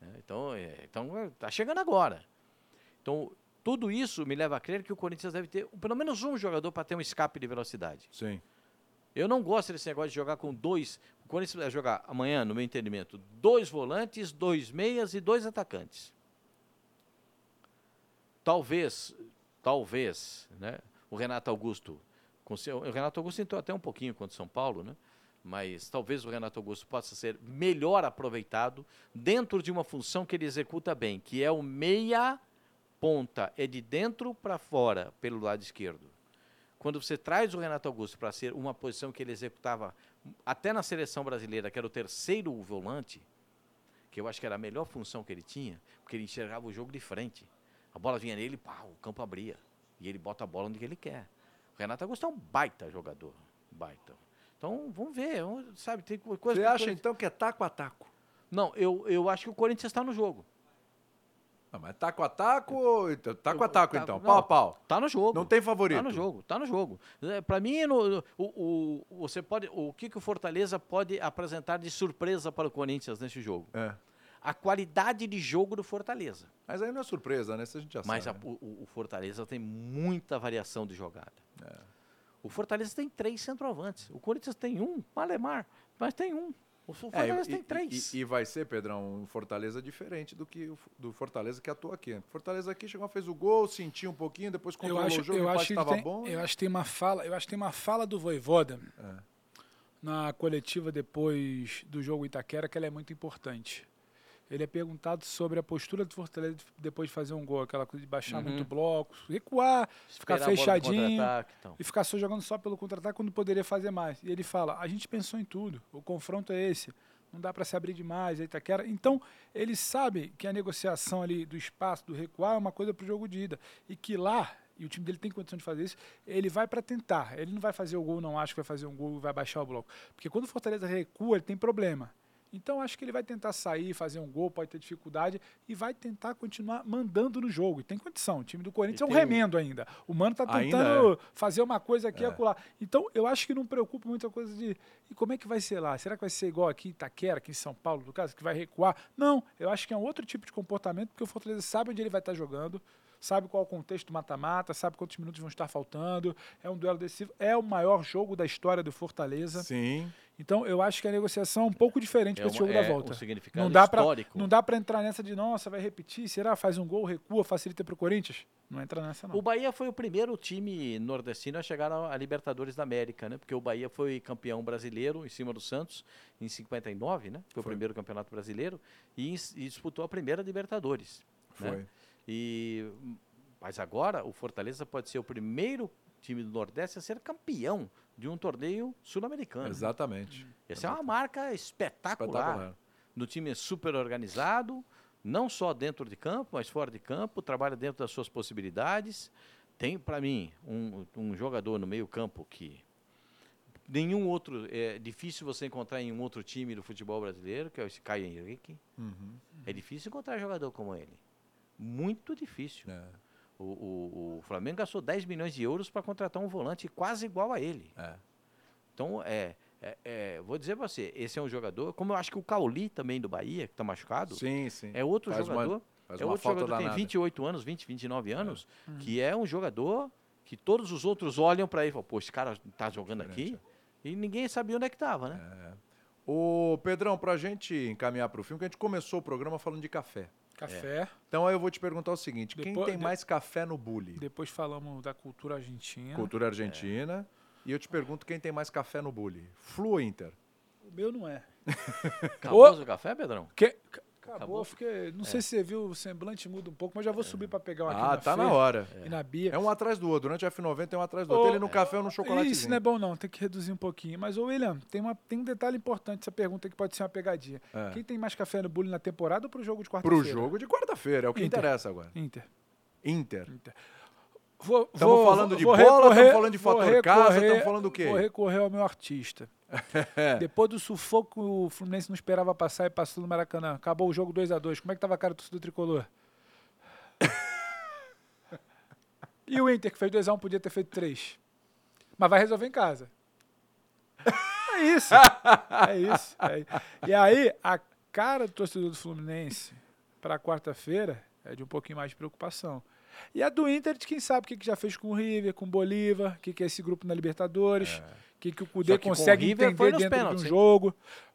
Speaker 5: né? Então, é, então, tá chegando agora. Então, tudo isso me leva a crer que o Corinthians deve ter pelo menos um jogador para ter um escape de velocidade.
Speaker 2: Sim.
Speaker 5: Eu não gosto desse negócio de jogar com dois. O Corinthians vai jogar amanhã, no meu entendimento, dois volantes, dois meias e dois atacantes. Talvez, talvez, né? O Renato Augusto. com seu- O Renato Augusto entrou até um pouquinho contra o São Paulo, né? Mas talvez o Renato Augusto possa ser melhor aproveitado dentro de uma função que ele executa bem, que é o meia ponta. É de dentro para fora, pelo lado esquerdo quando você traz o Renato Augusto para ser uma posição que ele executava até na seleção brasileira, que era o terceiro volante, que eu acho que era a melhor função que ele tinha, porque ele enxergava o jogo de frente. A bola vinha nele, pá, o campo abria. E ele bota a bola onde que ele quer. O Renato Augusto é um baita jogador. Baita. Então, vamos ver. vamos- Sabe, tem co- coisa.
Speaker 2: Você acha
Speaker 5: coisa-
Speaker 2: então que é taco a taco?
Speaker 5: Não, eu, eu acho que o Corinthians está no jogo.
Speaker 2: Ah, mas taco a taco, ou- então, taco a taco
Speaker 5: é Taco-
Speaker 2: então,
Speaker 5: não.
Speaker 2: pau a pau.
Speaker 5: Tá no jogo.
Speaker 2: Não tem favorito.
Speaker 5: Tá no jogo, tá no jogo. Para mim, no- o, o- você pode, o que, que o Fortaleza pode apresentar de surpresa para o Corinthians nesse jogo?
Speaker 2: É.
Speaker 5: A qualidade de jogo do Fortaleza.
Speaker 2: Mas aí não é surpresa, né? Isso a gente já
Speaker 5: Mas a-
Speaker 2: sabe. né?
Speaker 5: o, o- o Fortaleza tem muita variação de jogada.
Speaker 2: É.
Speaker 5: O Fortaleza tem três centroavantes. O Corinthians tem um, Malemar, mas tem um. O
Speaker 2: É,
Speaker 5: Fortaleza
Speaker 2: e-
Speaker 5: tem
Speaker 2: e-
Speaker 5: três.
Speaker 2: E, e vai ser, Pedrão, um Fortaleza diferente do que o F- do Fortaleza que atua aqui. Fortaleza aqui chegou, fez o gol, sentiu um pouquinho, depois
Speaker 4: Eu
Speaker 2: controlou
Speaker 4: acho,
Speaker 2: o jogo, o
Speaker 4: eu,
Speaker 2: empate
Speaker 4: acho que
Speaker 2: estava
Speaker 4: tem,
Speaker 2: bom. né? É.
Speaker 4: eu acho que tem uma fala, eu acho que tem uma fala do Voivoda na coletiva depois do jogo Itaquera que ela é muito importante. Ele é perguntado sobre a postura do Fortaleza depois de fazer um gol, aquela coisa de baixar muito bloco, recuar, ficar
Speaker 5: Uhum. Esperar a bola no
Speaker 4: fechadinho
Speaker 5: contra-ataque, então.
Speaker 4: e ficar só jogando só pelo contra-ataque quando poderia fazer mais. E ele fala: a gente pensou em tudo, o confronto é esse, não dá para se abrir demais, a Itaquera. Então, ele sabe que a negociação ali do espaço, do recuar, é uma coisa para o jogo de ida. E que lá, e o time dele tem condição de fazer isso, ele vai para tentar. Ele não vai fazer o gol, não acho que vai fazer um gol e vai baixar o bloco. Porque quando o Fortaleza recua, ele tem problema. Então acho que ele vai tentar sair, fazer um gol, pode ter dificuldade e vai tentar continuar mandando no jogo. E tem condição. O time do Corinthians é um remendo ainda. O Mano tá
Speaker 2: Ainda
Speaker 4: tentando fazer uma coisa aqui e
Speaker 5: É.
Speaker 4: acolá. Então eu acho que não preocupa muito a coisa de e como é que vai ser lá? Será que vai ser igual aqui em Itaquera, aqui em São Paulo, no caso, que vai recuar? Não, eu acho que é um outro tipo de comportamento porque o Fortaleza sabe onde ele vai estar jogando. Sabe qual é o contexto do mata-mata, sabe quantos minutos vão estar faltando. É um duelo decisivo, é o maior jogo da história do Fortaleza.
Speaker 2: Sim.
Speaker 4: Então, eu acho que a negociação é um pouco diferente
Speaker 5: É
Speaker 4: para esse
Speaker 5: uma-
Speaker 4: jogo
Speaker 5: é
Speaker 4: da
Speaker 5: um
Speaker 4: volta.
Speaker 5: significado
Speaker 4: não dá pra-
Speaker 5: histórico. né?
Speaker 4: Não dá para entrar nessa de, nossa, vai repetir, será? Faz um gol, recua, facilita para o Corinthians? Não entra nessa, não.
Speaker 5: O Bahia foi o primeiro time nordestino a chegar à à Libertadores da América, né? Porque o Bahia foi campeão brasileiro em cima do Santos em 59, né? Foi, o primeiro campeonato brasileiro e, ins- e disputou a primeira Libertadores. né?
Speaker 2: Foi.
Speaker 5: E mas agora o Fortaleza pode ser o primeiro time do Nordeste a ser campeão de um torneio sul-americano.
Speaker 2: Exatamente.
Speaker 5: Essa é uma marca espetacular.
Speaker 2: Espetacular.
Speaker 5: No time é super organizado, não só dentro de campo, mas fora de campo, trabalha dentro das suas possibilidades. Tem, para mim, um, um jogador no meio-campo que nenhum outro. É difícil você encontrar em um outro time do futebol brasileiro, que é esse Caio Henrique.
Speaker 2: Uhum.
Speaker 5: É difícil encontrar jogador como ele. Muito difícil.
Speaker 2: É.
Speaker 5: O, o- o Flamengo gastou 10 milhões de euros para contratar um volante quase igual a ele.
Speaker 2: É.
Speaker 5: Então, é, é- é, vou dizer para você, esse é um jogador, como eu acho que o Cauli também do Bahia, que está machucado,
Speaker 2: Sim, sim.
Speaker 5: é outro
Speaker 2: Faz uma-
Speaker 5: jogador.
Speaker 2: Faz
Speaker 5: é
Speaker 2: uma
Speaker 5: outro
Speaker 2: falta
Speaker 5: jogador que tem
Speaker 2: danada.
Speaker 5: 28 anos, 20, 29 anos, que é um jogador que todos os outros olham para ele e falam, pô, esse cara tá jogando aqui. E ninguém sabia onde é que tava, né?
Speaker 2: Ô, Pedrão, pra gente encaminhar pro filme, que a gente começou o programa falando de café.
Speaker 4: Café.
Speaker 2: Então aí eu vou te perguntar o seguinte: quem
Speaker 4: Depois-
Speaker 2: tem
Speaker 4: de-
Speaker 2: mais café no bully?
Speaker 4: Depois falamos da cultura argentina.
Speaker 2: Cultura argentina.
Speaker 4: É.
Speaker 2: E eu te pergunto quem tem mais café no bully? Flu ou Inter?
Speaker 4: O meu não é.
Speaker 5: Acabou o café, Pedrão?
Speaker 4: Que... ca- Acabou,
Speaker 5: Acabou.
Speaker 4: fiquei. Não sei se você viu, o semblante muda um pouco, mas já vou subir pra pegar um aqui.
Speaker 2: É. Ah,
Speaker 4: na
Speaker 2: tá
Speaker 4: feira
Speaker 2: na hora.
Speaker 4: E na Bia.
Speaker 2: É um atrás do outro. Durante o F90 é um atrás do outro.
Speaker 4: Ô,
Speaker 2: Ele no café ou no chocolate.
Speaker 4: Isso não é bom, não. Tem que reduzir um pouquinho. Mas, ô William, tem, uma, tem um detalhe importante essa pergunta que pode ser uma pegadinha.
Speaker 2: É.
Speaker 4: Quem tem mais café no bullying na temporada ou pro jogo de quarta-feira?
Speaker 2: Pro jogo de quarta-feira, é o que
Speaker 4: Inter.
Speaker 2: interessa agora.
Speaker 4: Inter.
Speaker 2: Inter.
Speaker 4: Vou-
Speaker 2: Tamo
Speaker 4: vou-
Speaker 2: falando de
Speaker 4: vou
Speaker 2: bola, tamo
Speaker 4: recorrer-
Speaker 2: falando de
Speaker 4: vou
Speaker 2: fator casa, tamo
Speaker 4: recorrer-
Speaker 2: falando o quê?
Speaker 4: Vou recorrer ao meu artista. Depois do sufoco, que o Fluminense não esperava passar e passou no Maracanã. Acabou o jogo 2x2. Como é que tava a cara do torcedor tricolor? e o Inter, que fez 2x1, podia ter feito 3. Mas vai resolver em casa. É isso. É isso. É isso. E aí, a cara do torcedor do Fluminense para quarta-feira é de um pouquinho mais de preocupação. E a do Inter, de quem sabe o que, que já fez com o River, com o Bolívar, o que, que é esse grupo na Libertadores, o que, que o Cudê
Speaker 5: É. Só que com o
Speaker 4: consegue
Speaker 5: River
Speaker 4: entender
Speaker 5: foi
Speaker 4: dentro
Speaker 5: nos
Speaker 4: de
Speaker 5: pênaltis,
Speaker 4: um
Speaker 5: hein?
Speaker 4: jogo.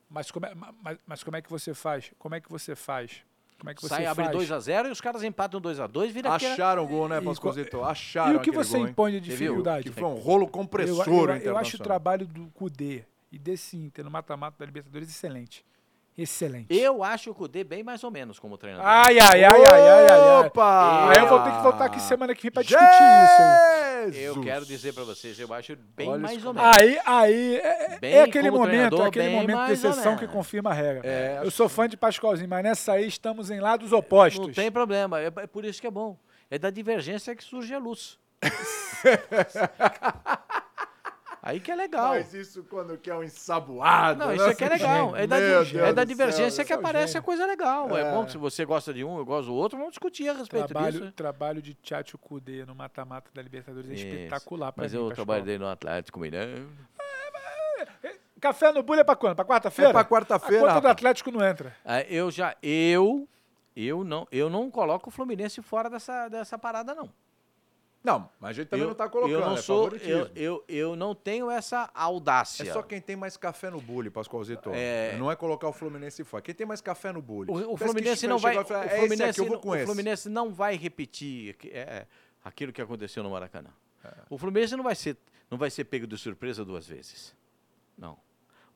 Speaker 4: Mas como, é, ma- mas, mas como é que você faz? Como é que você faz? Como é que você
Speaker 5: Sai,
Speaker 4: faz?
Speaker 5: abre 2x0 e os caras empatam 2x2 vira aquela...
Speaker 2: Acharam o gol, né,
Speaker 4: E
Speaker 2: Pascozito?
Speaker 4: E
Speaker 2: Acharam
Speaker 4: o que
Speaker 2: aquele
Speaker 4: você
Speaker 2: gol, hein?
Speaker 4: impõe de
Speaker 5: Você viu?
Speaker 4: dificuldade?
Speaker 2: Que foi um rolo
Speaker 4: Eu-
Speaker 2: compressor
Speaker 4: eu, eu,
Speaker 2: internacional.
Speaker 4: acho o trabalho do Cudê e desse Inter no mata-mata da Libertadores excelente. Excelente.
Speaker 5: Eu acho o Cudê bem mais ou menos como treinador.
Speaker 4: Ai, ai, ai, ai, ai, ai, ai.
Speaker 2: Opa!
Speaker 4: Aí eu vou ter que voltar aqui semana que vem pra discutir isso. Hein?
Speaker 2: Jesus!
Speaker 5: Eu quero dizer pra vocês, eu acho bem
Speaker 2: Olha
Speaker 5: mais
Speaker 2: isso
Speaker 5: ou menos.
Speaker 4: Aí, aí, é, é-
Speaker 5: Bem
Speaker 4: é aquele
Speaker 5: como
Speaker 4: momento,
Speaker 5: treinador,
Speaker 4: aquele
Speaker 5: bem
Speaker 4: momento de
Speaker 5: mais ou
Speaker 4: exceção que
Speaker 5: menos.
Speaker 4: confirma a regra.
Speaker 2: É,
Speaker 4: eu sou fã de Pascoalzinho, mas nessa aí estamos em lados opostos.
Speaker 5: Não tem problema, é é por isso que é bom. É da divergência que surge a luz. Aí que é legal.
Speaker 2: Mas isso quando quer um ensaboado.
Speaker 5: Não,
Speaker 2: né?
Speaker 5: isso aqui é legal. É da,
Speaker 2: Meu
Speaker 5: di-
Speaker 2: Deus
Speaker 5: é da
Speaker 2: do
Speaker 5: divergência
Speaker 2: céu,
Speaker 5: que
Speaker 2: eu sou
Speaker 5: aparece
Speaker 4: gênio.
Speaker 5: a coisa legal. É. bom que se você gosta de um, eu gosto do outro, vamos discutir a respeito
Speaker 4: Trabalho,
Speaker 5: disso.
Speaker 4: trabalho de Tchatcho Cudê no mata-mata da Libertadores é
Speaker 5: Isso.
Speaker 4: espetacular pra
Speaker 5: Mas
Speaker 4: mim,
Speaker 5: eu
Speaker 4: Pascoal.
Speaker 5: trabalhei no Atlético Mineiro.
Speaker 4: Café no bulha é pra quando? Pra quarta-feira?
Speaker 2: É pra quarta-feira,
Speaker 4: A conta do
Speaker 2: rapaz.
Speaker 4: Atlético não entra.
Speaker 5: Ah, Eu já. Eu. Eu não, eu não coloco o Fluminense fora dessa, dessa parada, não.
Speaker 2: Não, mas a gente também
Speaker 5: eu,
Speaker 2: não tá colocando.
Speaker 5: eu não
Speaker 2: é
Speaker 5: sou. Eu,
Speaker 2: favoritismo.
Speaker 5: eu, eu não tenho essa
Speaker 2: É
Speaker 5: audácia.
Speaker 2: só quem tem mais café no bullying, Pascoalzito.
Speaker 5: É.
Speaker 2: Não é colocar o Fluminense fora. Quem tem mais café no bullying?
Speaker 5: O, o
Speaker 2: Parece que
Speaker 5: Fluminense
Speaker 2: chega-
Speaker 5: não vai.
Speaker 2: chega
Speaker 5: O
Speaker 2: e fala, é esse
Speaker 5: Fluminense,
Speaker 2: aqui, eu vou
Speaker 5: não-
Speaker 2: com
Speaker 5: o
Speaker 2: esse.
Speaker 5: Fluminense não vai repetir que- é, é, aquilo que aconteceu no Maracanã.
Speaker 2: É.
Speaker 5: O Fluminense não vai ser, não vai ser pego de surpresa duas vezes. Não.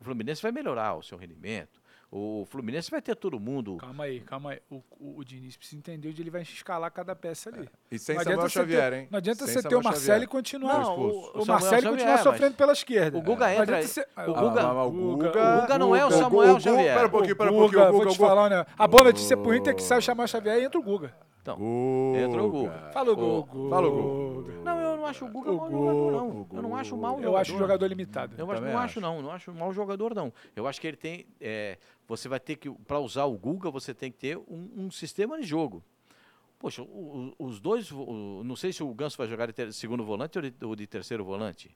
Speaker 5: O Fluminense vai melhorar o seu rendimento. O Fluminense vai ter todo mundo.
Speaker 4: Calma aí, calma aí. O, o, o Diniz precisa entender onde ele vai escalar cada peça ali.
Speaker 2: E É. sem Samuel
Speaker 4: Não adianta você
Speaker 2: Xavier,
Speaker 4: ter-
Speaker 2: hein?
Speaker 4: Não adianta
Speaker 2: Sem
Speaker 4: você ter
Speaker 2: Samuel
Speaker 4: o Marcelo
Speaker 2: Xavier.
Speaker 4: e continuar.
Speaker 5: Não,
Speaker 4: o,
Speaker 5: o-
Speaker 4: o
Speaker 5: o Samuel
Speaker 4: Marcelo
Speaker 5: Xavier, é,
Speaker 4: continuar
Speaker 5: mas-
Speaker 4: sofrendo pela esquerda.
Speaker 5: O Guga
Speaker 4: Não
Speaker 5: entra-
Speaker 4: adianta você-
Speaker 5: o Guga-
Speaker 4: Ah, mas
Speaker 2: o Guga-
Speaker 5: O Guga não é o
Speaker 2: Guga-
Speaker 5: Samuel
Speaker 2: Guga-
Speaker 5: Xavier.
Speaker 2: Pera um pouquinho, pera um
Speaker 4: Guga,
Speaker 2: pouquinho. O
Speaker 4: vou
Speaker 2: Guga, o
Speaker 4: te
Speaker 2: Guga.
Speaker 4: falar, né? A boa notícia pro Inter é que sai o Chamar Xavier e entra o Guga.
Speaker 5: Então,
Speaker 2: Guga.
Speaker 5: entra o Guga.
Speaker 4: Fala o
Speaker 5: O-
Speaker 4: Guga.
Speaker 2: Fala o Guga.
Speaker 5: Não, eu não acho o Guga
Speaker 4: O
Speaker 5: mau jogador, não.
Speaker 2: Guga.
Speaker 5: Eu não acho mau
Speaker 4: Eu acho o jogador limitado.
Speaker 5: Eu acho,
Speaker 2: Também
Speaker 5: não acho,
Speaker 2: acho.
Speaker 5: não. Não acho mau jogador, não. Eu acho que ele tem. é, você vai ter que. Para usar o Guga, você tem que ter um, um sistema de jogo. Poxa, o- o- os dois. vo- o- não sei se o Ganso vai jogar de ter- segundo volante ou de, ou de terceiro volante.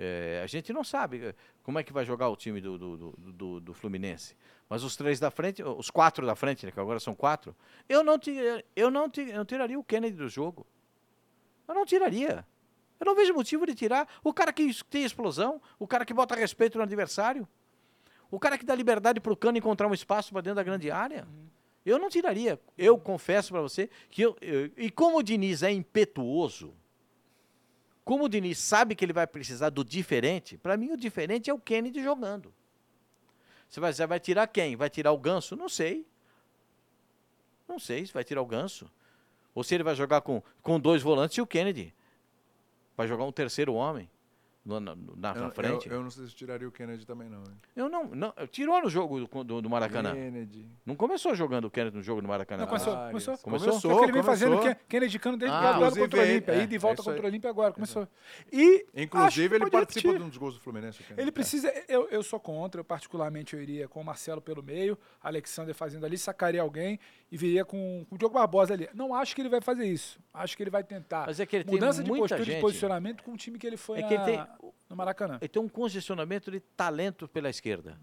Speaker 5: É, a gente não sabe eh, como é que vai jogar o time do, do, do- do- do Fluminense. Mas os três da frente, os quatro da frente, né, que agora são quatro, eu não, ti- eu não, ti- eu não tiraria o Kennedy do jogo. Eu não tiraria. Eu não vejo motivo de tirar o cara que es- tem explosão, o cara que bota respeito no adversário, o cara que dá liberdade pro Cano encontrar um espaço para dentro da grande área. Eu não tiraria. Eu confesso para você que eu, eu- e como o Diniz é impetuoso, como o Diniz sabe que ele vai precisar do diferente, para mim o diferente é o Kennedy jogando. Você vai, você vai tirar quem? Vai tirar o Ganso? Não sei. Não sei se vai tirar o Ganso. Ou se ele vai jogar com, com dois volantes e o Kennedy. Vai jogar um terceiro homem. no- na, na- na
Speaker 2: Eu-
Speaker 5: frente.
Speaker 2: Eu,
Speaker 5: Eu,
Speaker 2: eu não sei se tiraria o Kennedy também, não. hein?
Speaker 5: não, não. Tirou no jogo do, do- do Maracanã.
Speaker 2: Kennedy.
Speaker 5: Não começou jogando o Kennedy no jogo do Maracanã.
Speaker 4: Não,
Speaker 5: Ah,
Speaker 4: começou,
Speaker 2: Várias.
Speaker 4: começou.
Speaker 5: Começou?
Speaker 4: Só que ele vem
Speaker 2: Começou,
Speaker 4: fazendo
Speaker 2: começou.
Speaker 4: Ken- Kennedy Cano desde
Speaker 5: Ah,
Speaker 4: o duelo
Speaker 2: inclusive,
Speaker 4: contra o Olímpia.
Speaker 2: é,
Speaker 4: ida e
Speaker 2: é
Speaker 4: volta
Speaker 2: isso
Speaker 4: contra o
Speaker 2: aí.
Speaker 4: Olímpia agora. Começou. E. acho que
Speaker 2: Inclusive, ele
Speaker 4: pode
Speaker 2: participa de
Speaker 4: repetir.
Speaker 2: um dos gols do Fluminense. o Kennedy.
Speaker 4: Ele precisa. Eu, eu sou contra, eu particularmente eu iria com o Marcelo pelo meio, Alexander fazendo ali, sacaria alguém e viria com, com o Diogo Barbosa ali. Não acho que ele vai fazer isso. Acho que ele vai tentar.
Speaker 5: Mas é que ele tem
Speaker 4: Mudança de
Speaker 5: muita
Speaker 4: postura de
Speaker 5: gente.
Speaker 4: posicionamento com o time que ele foi
Speaker 5: É que ele
Speaker 4: na-
Speaker 5: tem-
Speaker 4: no Maracanã.
Speaker 5: Ele tem um congestionamento de talento pela esquerda.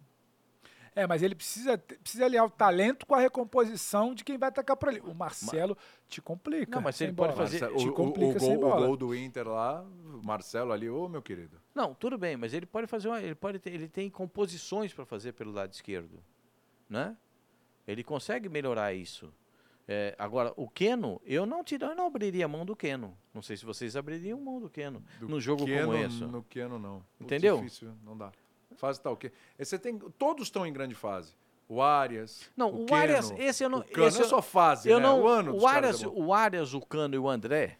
Speaker 4: É, mas ele precisa, te- precisa aliar o talento com a recomposição de quem vai atacar por ali. O Marcelo te complica.
Speaker 5: Não, mas
Speaker 4: sem
Speaker 5: ele pode
Speaker 4: bola.
Speaker 5: fazer-
Speaker 2: É. Marcelo-
Speaker 4: Te
Speaker 2: o, o, o,
Speaker 4: complica sem
Speaker 2: gol, o
Speaker 4: bola.
Speaker 2: gol do Inter lá, o Marcelo ali, ô meu querido.
Speaker 5: Não, tudo bem, mas ele pode fazer uma, ele pode ter- ele tem composições para fazer pelo lado esquerdo, né? Ele consegue melhorar isso. É, agora, o Keno, eu não tirar, eu não abriria a mão do Keno. Não sei se vocês abririam mão do Keno
Speaker 2: Do
Speaker 5: num jogo
Speaker 2: Keno,
Speaker 5: como esse.
Speaker 2: No Keno, não. Putz,
Speaker 5: Entendeu?
Speaker 2: difícil, não dá. Fase tá o quê? Você tem, todos estão em grande fase. O Arias.
Speaker 5: Não, o, Arias, esse eu não,
Speaker 2: O Cano
Speaker 5: esse
Speaker 2: é só fase,
Speaker 5: eu
Speaker 2: né?
Speaker 5: não,
Speaker 2: o ano dos
Speaker 5: o
Speaker 2: caras
Speaker 5: Arias,
Speaker 2: é bom.
Speaker 5: o Arias, o Cano e o André.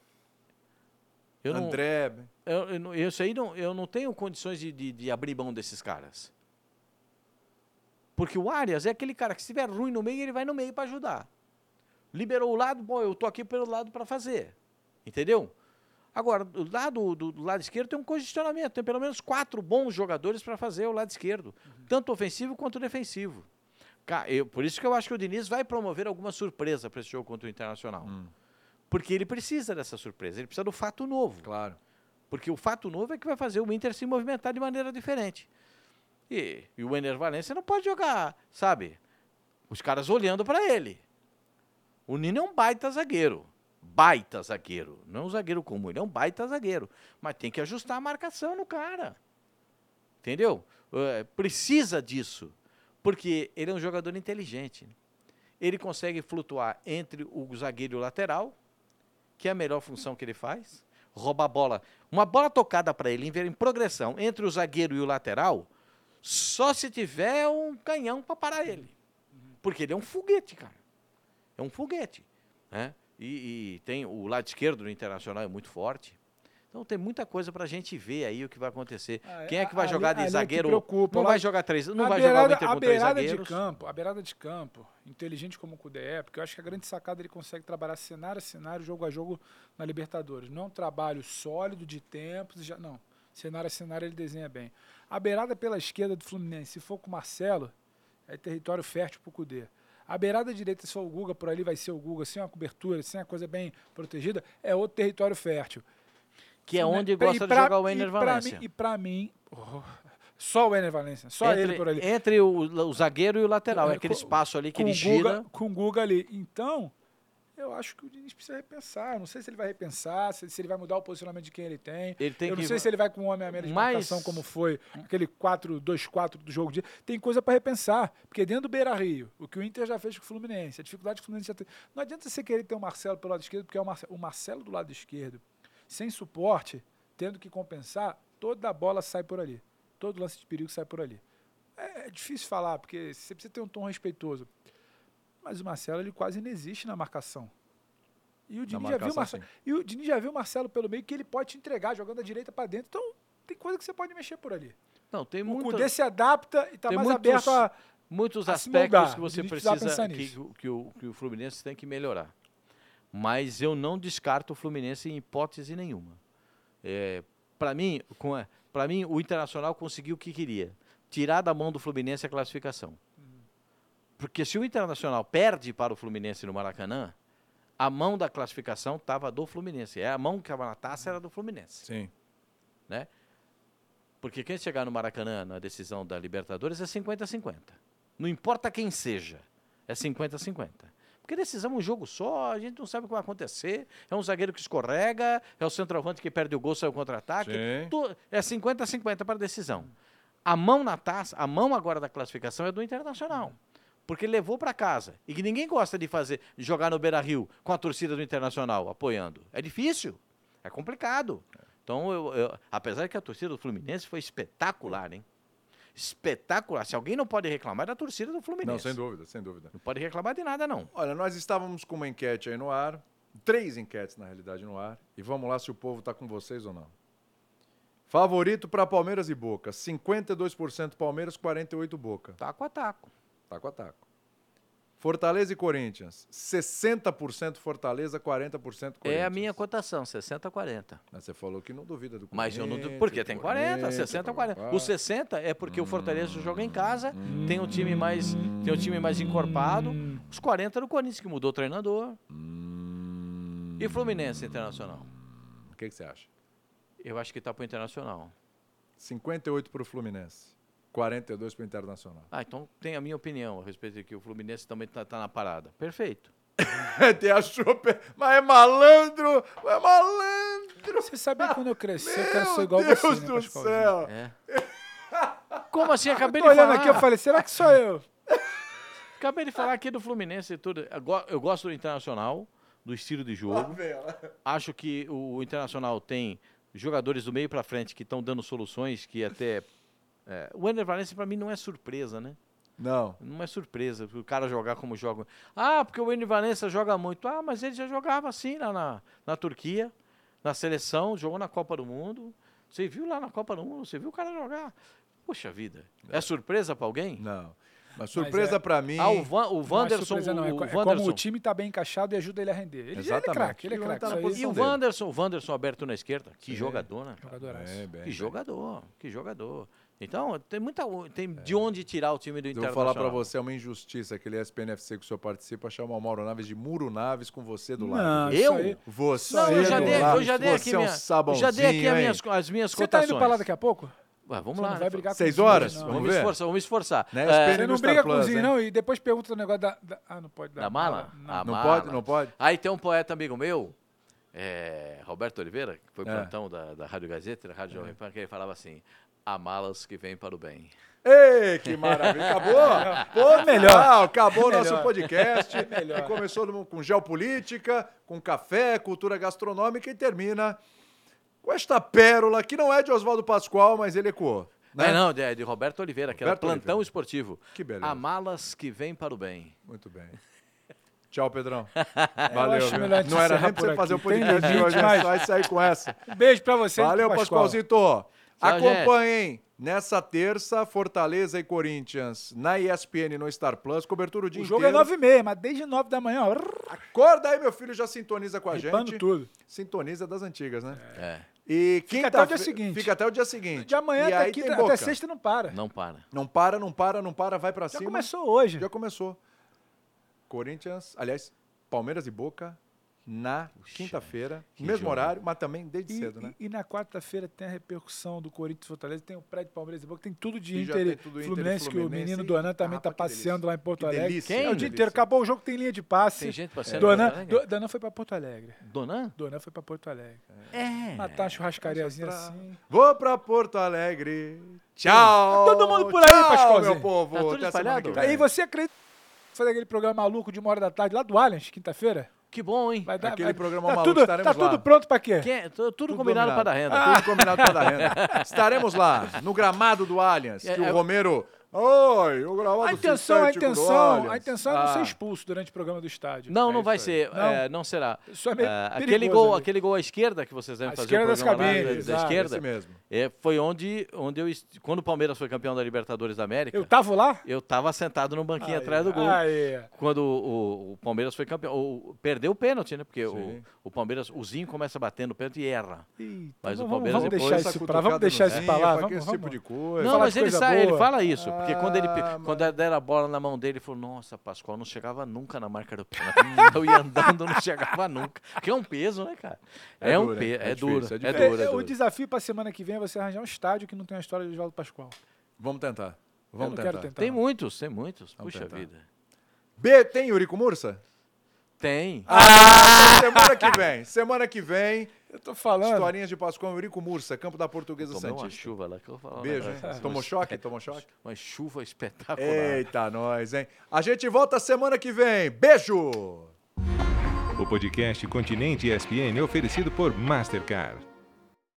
Speaker 5: Eu não,
Speaker 2: André.
Speaker 5: eu, eu não- isso aí não, eu não tenho condições de, de- de abrir mão desses caras. Porque o Arias é aquele cara que se tiver ruim no meio, ele vai no meio para ajudar. Liberou o lado, bom, eu tô aqui pelo lado para fazer. Entendeu? Agora, do lado, do, do lado esquerdo tem um congestionamento. Tem pelo menos quatro bons jogadores para fazer o lado esquerdo. Tanto ofensivo quanto defensivo. Ca- eu- por isso que eu acho que o Diniz vai promover alguma surpresa para esse jogo contra o Internacional. Porque ele precisa dessa surpresa. Ele precisa do fato novo.
Speaker 2: Claro.
Speaker 5: Porque o fato novo é que vai fazer o Inter se movimentar de maneira diferente. E, e o Ener Valencia não pode jogar, sabe? Os caras olhando para ele. O Nino é um baita zagueiro. Baita zagueiro. Não é um zagueiro comum, ele é um baita zagueiro. Mas tem que ajustar a marcação no cara. Entendeu? Eh, precisa disso. Porque ele é um jogador inteligente. Ele consegue flutuar entre o zagueiro e o lateral, que é a melhor função que ele faz, rouba a bola. Uma bola tocada para ele em ver- em progressão entre o zagueiro e o lateral, só se tiver um canhão para parar ele. Porque ele é um foguete, cara. É um foguete. Né? E, e tem o lado esquerdo do Internacional é muito forte. Então tem muita coisa para a gente ver aí o que vai acontecer.
Speaker 4: Ah, é,
Speaker 5: Quem é que vai
Speaker 4: ali-
Speaker 5: jogar
Speaker 4: ali
Speaker 5: de
Speaker 4: é que
Speaker 5: zagueiro?
Speaker 4: preocupa,
Speaker 5: não
Speaker 4: lá-
Speaker 5: vai jogar três, não
Speaker 4: a
Speaker 5: vai
Speaker 4: beirada,
Speaker 5: jogar o Inter
Speaker 4: a
Speaker 5: com três
Speaker 4: beirada de
Speaker 5: zagueiros.
Speaker 4: campo, a beirada de campo, inteligente como o Cude é, porque eu acho que a grande sacada ele consegue trabalhar cenário a cenário, jogo a jogo na Libertadores. Não é um trabalho sólido de tempos, e já não. Cenário a cenário ele desenha bem. A beirada pela esquerda do Fluminense, se for com o Marcelo, é território fértil pro Cude. A beirada direita, se for o Guga, por ali vai ser o Guga, sem uma cobertura, sem uma coisa bem protegida, é outro território fértil.
Speaker 5: Que é onde
Speaker 4: E pra- né?
Speaker 5: gosta
Speaker 4: e
Speaker 5: de
Speaker 4: pra-
Speaker 5: jogar o
Speaker 4: e
Speaker 5: Ener
Speaker 4: pra
Speaker 5: Valencia.
Speaker 4: mim- E pra mim, oh, só o Ener Valencia, só
Speaker 5: entre,
Speaker 4: ele por ali.
Speaker 5: entre o, o zagueiro e o lateral. É aquele
Speaker 4: Com-
Speaker 5: espaço ali que
Speaker 4: com
Speaker 5: ele
Speaker 4: o Guga,
Speaker 5: gira.
Speaker 4: com o Guga ali. Então, eu acho que o Diniz precisa repensar. Eu Não sei se ele vai repensar, se, se ele vai mudar o posicionamento de quem ele tem.
Speaker 5: Ele tem
Speaker 4: eu não
Speaker 5: que-
Speaker 4: sei se ele vai com um homem a menos de
Speaker 5: Mas-
Speaker 4: marcação, como foi aquele 4-2-4 do jogo de. Tem coisa para repensar. Porque dentro do Beira Rio, o que o Inter já fez com o Fluminense, a dificuldade que o Fluminense já tem. Não adianta você querer ter o Marcelo pelo lado esquerdo, porque é o, Marce- o Marcelo do lado esquerdo, sem suporte, tendo que compensar, toda a bola sai por ali. Todo lance de perigo sai por ali. É, é difícil falar, porque você precisa ter um tom respeitoso. Mas o Marcelo ele quase não existe na marcação. E o Dini já viu o
Speaker 2: marcação,
Speaker 4: Marcelo. E o Dini já viu o Marcelo pelo meio que ele pode te entregar jogando a direita para dentro. Então tem coisa que você pode mexer por ali.
Speaker 5: Não, tem
Speaker 4: O
Speaker 5: muito,
Speaker 4: Cudê se adapta e tá
Speaker 5: tem
Speaker 4: mais
Speaker 5: muitos-
Speaker 4: aberto a.
Speaker 5: muitos
Speaker 4: a se
Speaker 5: aspectos
Speaker 4: moldar.
Speaker 5: que
Speaker 4: O
Speaker 5: você
Speaker 4: Diniz precisava
Speaker 5: precisa
Speaker 4: pensar
Speaker 5: que,
Speaker 4: nisso.
Speaker 5: que o, que o Fluminense tem que melhorar. Mas eu não descarto o Fluminense em hipótese nenhuma. É, para mim, com a- pra mim, o Internacional conseguiu o que queria. Tirar da mão do Fluminense a classificação. Porque se o Internacional perde para o Fluminense no Maracanã, a mão da classificação estava do Fluminense. É, A mão que estava na taça era do Fluminense.
Speaker 2: Sim.
Speaker 5: Porque quem chegar no Maracanã na decisão da Libertadores é 50-50. Não importa quem seja, é 50-50. Porque decisão é um jogo só, a gente não sabe o que vai acontecer. É um zagueiro que escorrega, é o centroavante que perde o gol, sai o contra-ataque.
Speaker 2: Sim.
Speaker 5: Tu- É 50-50 para a decisão. A mão na taça, a mão agora da classificação é do Internacional. Porque levou para casa. E que ninguém gosta de fazer jogar no Beira-Rio com a torcida do Internacional apoiando. É difícil. É complicado. Então, eu, eu- apesar que a torcida do Fluminense foi espetacular, hein? Espetacular. Se alguém não pode reclamar, é da torcida do Fluminense.
Speaker 2: Não, sem dúvida, sem dúvida.
Speaker 5: Não pode reclamar de nada, não.
Speaker 2: Olha, nós estávamos com uma enquete aí no ar, tá três enquetes na realidade no ar, e vamos lá se o povo está com vocês ou não. Favorito para Palmeiras e Boca. 52% Palmeiras, 48% Boca.
Speaker 5: Taco a taco.
Speaker 2: Taco a taco. Fortaleza e Corinthians. 60% Fortaleza, 40% Corinthians.
Speaker 5: É a minha cotação, 60 a 40.
Speaker 2: Mas você falou que não duvida do
Speaker 5: Mas
Speaker 2: Corinthians.
Speaker 5: eu não. du- Porque tem 40,
Speaker 2: Corinthians, tá
Speaker 5: 60 a 40.
Speaker 2: papapá.
Speaker 4: Ah.
Speaker 5: O 60 é porque
Speaker 4: Hum.
Speaker 5: o Fortaleza joga em casa, tem um time mais, tem um time mais encorpado.
Speaker 4: Hum.
Speaker 5: Os 40 era o Corinthians que mudou o treinador.
Speaker 4: Hum.
Speaker 5: E Fluminense Internacional.
Speaker 2: O que, que você acha?
Speaker 5: Eu acho que tá pro Internacional.
Speaker 2: 58 para o Fluminense, 42 para o Internacional.
Speaker 5: Ah, então tem a minha opinião a respeito de que o Fluminense também tá, tá na parada. Perfeito.
Speaker 2: Até achou, pe- mas é malandro, é malandro.
Speaker 4: Você sabia que quando eu crescer, eu quero
Speaker 2: Meu
Speaker 4: ser igual
Speaker 2: Deus
Speaker 4: você, né,
Speaker 2: do céu.
Speaker 4: Pascoalzinho?
Speaker 5: É. Como assim? Acabei
Speaker 4: Tô
Speaker 5: de
Speaker 4: olhando
Speaker 5: falar.
Speaker 4: aqui, eu falei, será que sou eu?
Speaker 5: Acabei de falar aqui do Fluminense e tudo. Eu go- eu gosto do Internacional, do estilo de
Speaker 2: Lá
Speaker 5: jogo.
Speaker 2: vem ela.
Speaker 5: Acho que o Internacional tem jogadores do meio pra frente que estão dando soluções que até. é, o Ender Valencia pra mim não é surpresa, né?
Speaker 2: Não.
Speaker 5: Não é surpresa o cara jogar como joga. Ah, porque o Ender Valencia joga muito. Ah, mas ele já jogava assim lá na, na Turquia, na seleção, jogou na Copa do Mundo. Você viu lá na Copa do Mundo, você viu o cara jogar. Poxa vida. É surpresa pra alguém?
Speaker 2: Não. Mas surpresa
Speaker 4: é-
Speaker 2: pra mim.
Speaker 5: Ah, o, Van, o
Speaker 4: Não é
Speaker 5: Wanderson.
Speaker 4: surpresa, não, é
Speaker 5: o,
Speaker 4: co- é
Speaker 5: o Wanderson.
Speaker 4: como o time tá bem encaixado e ajuda ele a render. Ele, ele é
Speaker 2: Exatamente.
Speaker 4: craque, ele é
Speaker 2: Ele
Speaker 4: craque.
Speaker 2: tá na
Speaker 4: Isso aí, É.
Speaker 2: posição
Speaker 5: E o
Speaker 2: dele.
Speaker 5: Wanderson, o Wanderson aberto na esquerda. Que jogador, né? cara?
Speaker 4: jogadoraço.
Speaker 2: Bem, É, bem,
Speaker 5: Que
Speaker 2: bem.
Speaker 5: jogador, que jogador. Então, tem muita. Tem de onde tirar o time do
Speaker 2: Eu vou
Speaker 5: Internacional.
Speaker 2: falar pra você, é uma injustiça aquele SPNFC que o senhor participa chamar o Mauro Naves de Muro Naves com você do
Speaker 4: Não,
Speaker 2: lado.
Speaker 4: isso
Speaker 5: Eu?
Speaker 4: aí-
Speaker 2: Você
Speaker 5: Não, eu já
Speaker 2: do
Speaker 5: dei,
Speaker 2: lado,
Speaker 5: eu já dei
Speaker 2: você
Speaker 5: aqui,
Speaker 2: é um
Speaker 5: minha, eu
Speaker 2: sabãozinho,
Speaker 5: já dei aqui as
Speaker 2: hein?
Speaker 5: minhas, as minhas
Speaker 4: Você tá
Speaker 5: cotações.
Speaker 4: indo pra lá daqui a pouco?
Speaker 5: Ué, vamos
Speaker 4: Você
Speaker 5: lá.
Speaker 4: não
Speaker 5: né?
Speaker 4: vai brigar
Speaker 2: Seis
Speaker 4: com os
Speaker 2: horas?
Speaker 4: meninos,
Speaker 5: Vamos,
Speaker 4: Não.
Speaker 2: Vamos ver?
Speaker 5: esforçar, vamos esforçar.
Speaker 2: Né,
Speaker 5: É,
Speaker 2: espera-
Speaker 4: Você
Speaker 2: no
Speaker 4: não
Speaker 2: Star
Speaker 4: briga com o
Speaker 2: Plus,
Speaker 4: Zinho,
Speaker 2: hein?
Speaker 4: não? E depois pergunta o negócio da... da- ah, não pode dar.
Speaker 5: da mala?
Speaker 4: Não.
Speaker 5: A
Speaker 2: Não
Speaker 5: mala.
Speaker 2: pode, não pode?
Speaker 5: Aí tem um poeta amigo meu, é, Roberto Oliveira, que foi
Speaker 2: É.
Speaker 5: plantão da, da Rádio Gazeta, da Rádio Jovem Pan, que ele falava assim, há malas que vêm para o bem.
Speaker 2: Ei, que maravilha. Acabou? Pô, melhor. acabou o nosso
Speaker 4: Melhor.
Speaker 2: podcast.
Speaker 4: Melhor.
Speaker 2: Que começou no- com geopolítica, com café, cultura gastronômica e termina com esta pérola que não é de Oswaldo Pascoal, mas ele ecoou. Né?
Speaker 5: É, não, de, de Roberto Oliveira, que era
Speaker 2: Roberto
Speaker 5: plantão
Speaker 2: Oliveira.
Speaker 5: esportivo.
Speaker 2: Que beleza.
Speaker 5: Há malas que vêm para o bem.
Speaker 2: Muito bem. Tchau, Pedrão.
Speaker 4: Eu acho
Speaker 2: Valeu. viu?
Speaker 4: melhor a gente
Speaker 2: Não era
Speaker 4: encerrar
Speaker 2: nem pra
Speaker 4: por
Speaker 2: você
Speaker 4: aqui.
Speaker 2: fazer o
Speaker 4: Tem
Speaker 2: podcast de
Speaker 4: limite,
Speaker 2: hoje, é
Speaker 4: mas-
Speaker 2: só é sair com essa.
Speaker 4: Um Beijo pra você.
Speaker 2: Valeu,
Speaker 4: Pascoal.
Speaker 2: Pascoalzito.
Speaker 5: gente.
Speaker 2: Acompanhem nessa terça Fortaleza e Corinthians na ESPN no Star Plus, cobertura o dia
Speaker 4: O jogo é
Speaker 2: inteiro.
Speaker 4: 9h30, mas desde 9 da manhã, ó,
Speaker 2: Acorda aí, meu filho, já sintoniza com a
Speaker 4: ripando
Speaker 2: gente.
Speaker 4: tudo.
Speaker 2: Sintoniza das antigas, né?
Speaker 5: É,
Speaker 2: E quinta
Speaker 4: até o dia seguinte.
Speaker 2: Fica até o dia seguinte.
Speaker 4: De amanhã
Speaker 2: e
Speaker 4: até,
Speaker 2: aí
Speaker 4: quinta,
Speaker 2: tem boca.
Speaker 4: até sexta não para.
Speaker 5: não para.
Speaker 2: Não para, não para, não para, vai pra
Speaker 4: Já
Speaker 2: cima.
Speaker 4: começou hoje.
Speaker 2: Já começou. Corinthians, aliás, Palmeiras e Boca na quinta-feira, mesmo
Speaker 5: jogo.
Speaker 2: horário, mas também desde
Speaker 4: E,
Speaker 2: cedo, né?
Speaker 4: e- e na quarta-feira tem a repercussão do Corinthians e Fortaleza, tem o prédio Palmeiras e Boca, tem tudo de
Speaker 2: E já
Speaker 4: Inter, e
Speaker 2: tem tudo Inter e
Speaker 4: Fluminense, que o
Speaker 2: Fluminense.
Speaker 4: menino Donan também está
Speaker 2: Rapaz, que
Speaker 4: passeando
Speaker 2: delícia.
Speaker 4: lá em Porto
Speaker 2: Que
Speaker 4: Alegre.
Speaker 2: delícia,
Speaker 5: Quem?
Speaker 4: É o dia
Speaker 2: delícia.
Speaker 4: inteiro, acabou o jogo, tem linha de passe.
Speaker 5: Tem gente passeando.
Speaker 4: Donan,
Speaker 5: Porto Alegre?
Speaker 4: Do- Donan foi para Porto Alegre.
Speaker 5: Donan?
Speaker 4: Donan foi para Porto Alegre.
Speaker 5: É.
Speaker 4: Matar uma churrascariazinha assim.
Speaker 2: Vou pra Porto Alegre. Tchau.
Speaker 4: Todo mundo por aí,
Speaker 2: Tchau,
Speaker 4: Pascoalzinho.
Speaker 2: meu povo.
Speaker 5: Tá tudo
Speaker 2: Até semana que
Speaker 5: espalhado?
Speaker 2: vem.
Speaker 4: Aí você acredita fazer aquele programa maluco de uma hora da tarde lá do Allianz, quinta-feira?
Speaker 5: Que bom, hein?
Speaker 4: Vai dar,
Speaker 2: Aquele
Speaker 4: vai-
Speaker 2: programa
Speaker 4: tá
Speaker 2: maluco,
Speaker 4: tudo,
Speaker 2: estaremos
Speaker 4: Tá
Speaker 2: lá.
Speaker 4: tudo pronto para quê?
Speaker 5: Quem- é? tu- tudo,
Speaker 2: dominado.
Speaker 5: combinado
Speaker 2: Ah,
Speaker 5: para dar renda.
Speaker 2: Tudo combinado para dar renda. Estaremos lá, no gramado do Allianz, que
Speaker 5: É,
Speaker 2: o
Speaker 5: é-
Speaker 2: Romero... Oi, é o gramado
Speaker 4: A intenção, a
Speaker 2: sintético do
Speaker 4: intenção, a
Speaker 2: Allianz.
Speaker 4: intenção é não ser
Speaker 2: Ah.
Speaker 4: expulso durante o programa do estádio.
Speaker 5: Não,
Speaker 2: É
Speaker 5: não vai
Speaker 2: isso aí.
Speaker 5: ser.
Speaker 4: Não.
Speaker 5: é, não será.
Speaker 4: Isso é meio
Speaker 5: Ah, aquele,
Speaker 4: perigoso
Speaker 5: gol,
Speaker 2: né?
Speaker 4: ali.
Speaker 5: aquele gol à esquerda que vocês devem
Speaker 4: À
Speaker 5: fazer o
Speaker 4: esquerda das
Speaker 5: programa lá,
Speaker 4: cabines,
Speaker 5: da, da
Speaker 4: exato,
Speaker 5: esquerda.
Speaker 2: ah, esse mesmo.
Speaker 5: É, foi onde, onde eu. est- Quando o Palmeiras foi campeão da Libertadores da América,
Speaker 4: Eu tava lá?
Speaker 5: eu tava sentado no banquinho é atrás do gol.
Speaker 4: Aí.
Speaker 5: Quando o, o Palmeiras foi campeão. o- perdeu o pênalti, né? Porque o,
Speaker 2: Sim.
Speaker 5: o Palmeiras, o Zinho começa batendo o pênalti e erra.
Speaker 4: Eita,
Speaker 5: Mas
Speaker 4: não,
Speaker 5: o
Speaker 4: vamos-
Speaker 5: Palmeiras
Speaker 4: vamos
Speaker 5: depois
Speaker 4: deixar
Speaker 2: essa
Speaker 4: isso pra,
Speaker 2: cutucada
Speaker 4: vamos deixar
Speaker 2: no
Speaker 4: isso
Speaker 2: Zinho,
Speaker 4: pra lá,
Speaker 2: tá pra que
Speaker 4: vamos,
Speaker 2: esse tipo de
Speaker 4: vamos.
Speaker 2: coisa.
Speaker 5: Não,
Speaker 4: falar
Speaker 5: mas
Speaker 4: de
Speaker 5: ele
Speaker 4: coisa
Speaker 5: sai, ele
Speaker 4: boa.
Speaker 5: fala isso, porque quando ele pe-
Speaker 2: Ah,
Speaker 5: quando deram a bola na mão dele, ele falou: "Nossa, Pascoal não chegava nunca na marca do pênalti. Eu ia andando, não chegava nunca". Que é um peso, né, cara?
Speaker 2: É
Speaker 5: É, um
Speaker 2: duro,
Speaker 5: peso,
Speaker 2: é
Speaker 5: é,
Speaker 2: difícil,
Speaker 5: duro,
Speaker 2: é
Speaker 5: é
Speaker 2: difícil.
Speaker 5: duro, é
Speaker 4: É, O
Speaker 5: duro.
Speaker 4: desafio pra semana que vem é você arranjar um estádio que não tem a história de Oswaldo Pascoal.
Speaker 2: Vamos tentar.
Speaker 4: Eu
Speaker 2: Vamos
Speaker 4: não quero
Speaker 2: tentar.
Speaker 4: tentar.
Speaker 5: Tem
Speaker 4: não.
Speaker 5: muitos, tem muitos.
Speaker 2: Vamos
Speaker 5: Puxa
Speaker 2: tentar.
Speaker 5: vida.
Speaker 2: B, tem Eurico Mursa?
Speaker 5: Tem.
Speaker 2: Ah, Semana que vem. Semana que vem,
Speaker 4: Eu tô falando.
Speaker 2: historinhas de Pascoal Eurico Mursa, campo da Portuguesa
Speaker 5: Tomei uma
Speaker 2: Santista.
Speaker 5: chuva lá que eu falo.
Speaker 2: Beijo.
Speaker 5: né? Tá
Speaker 2: hein? Tomou É, choque? Tomou choque?
Speaker 5: Uma chuva espetacular.
Speaker 2: Eita, nós, hein? A gente volta semana que vem. Beijo!
Speaker 1: O podcast Continente ESPN é oferecido por Mastercard.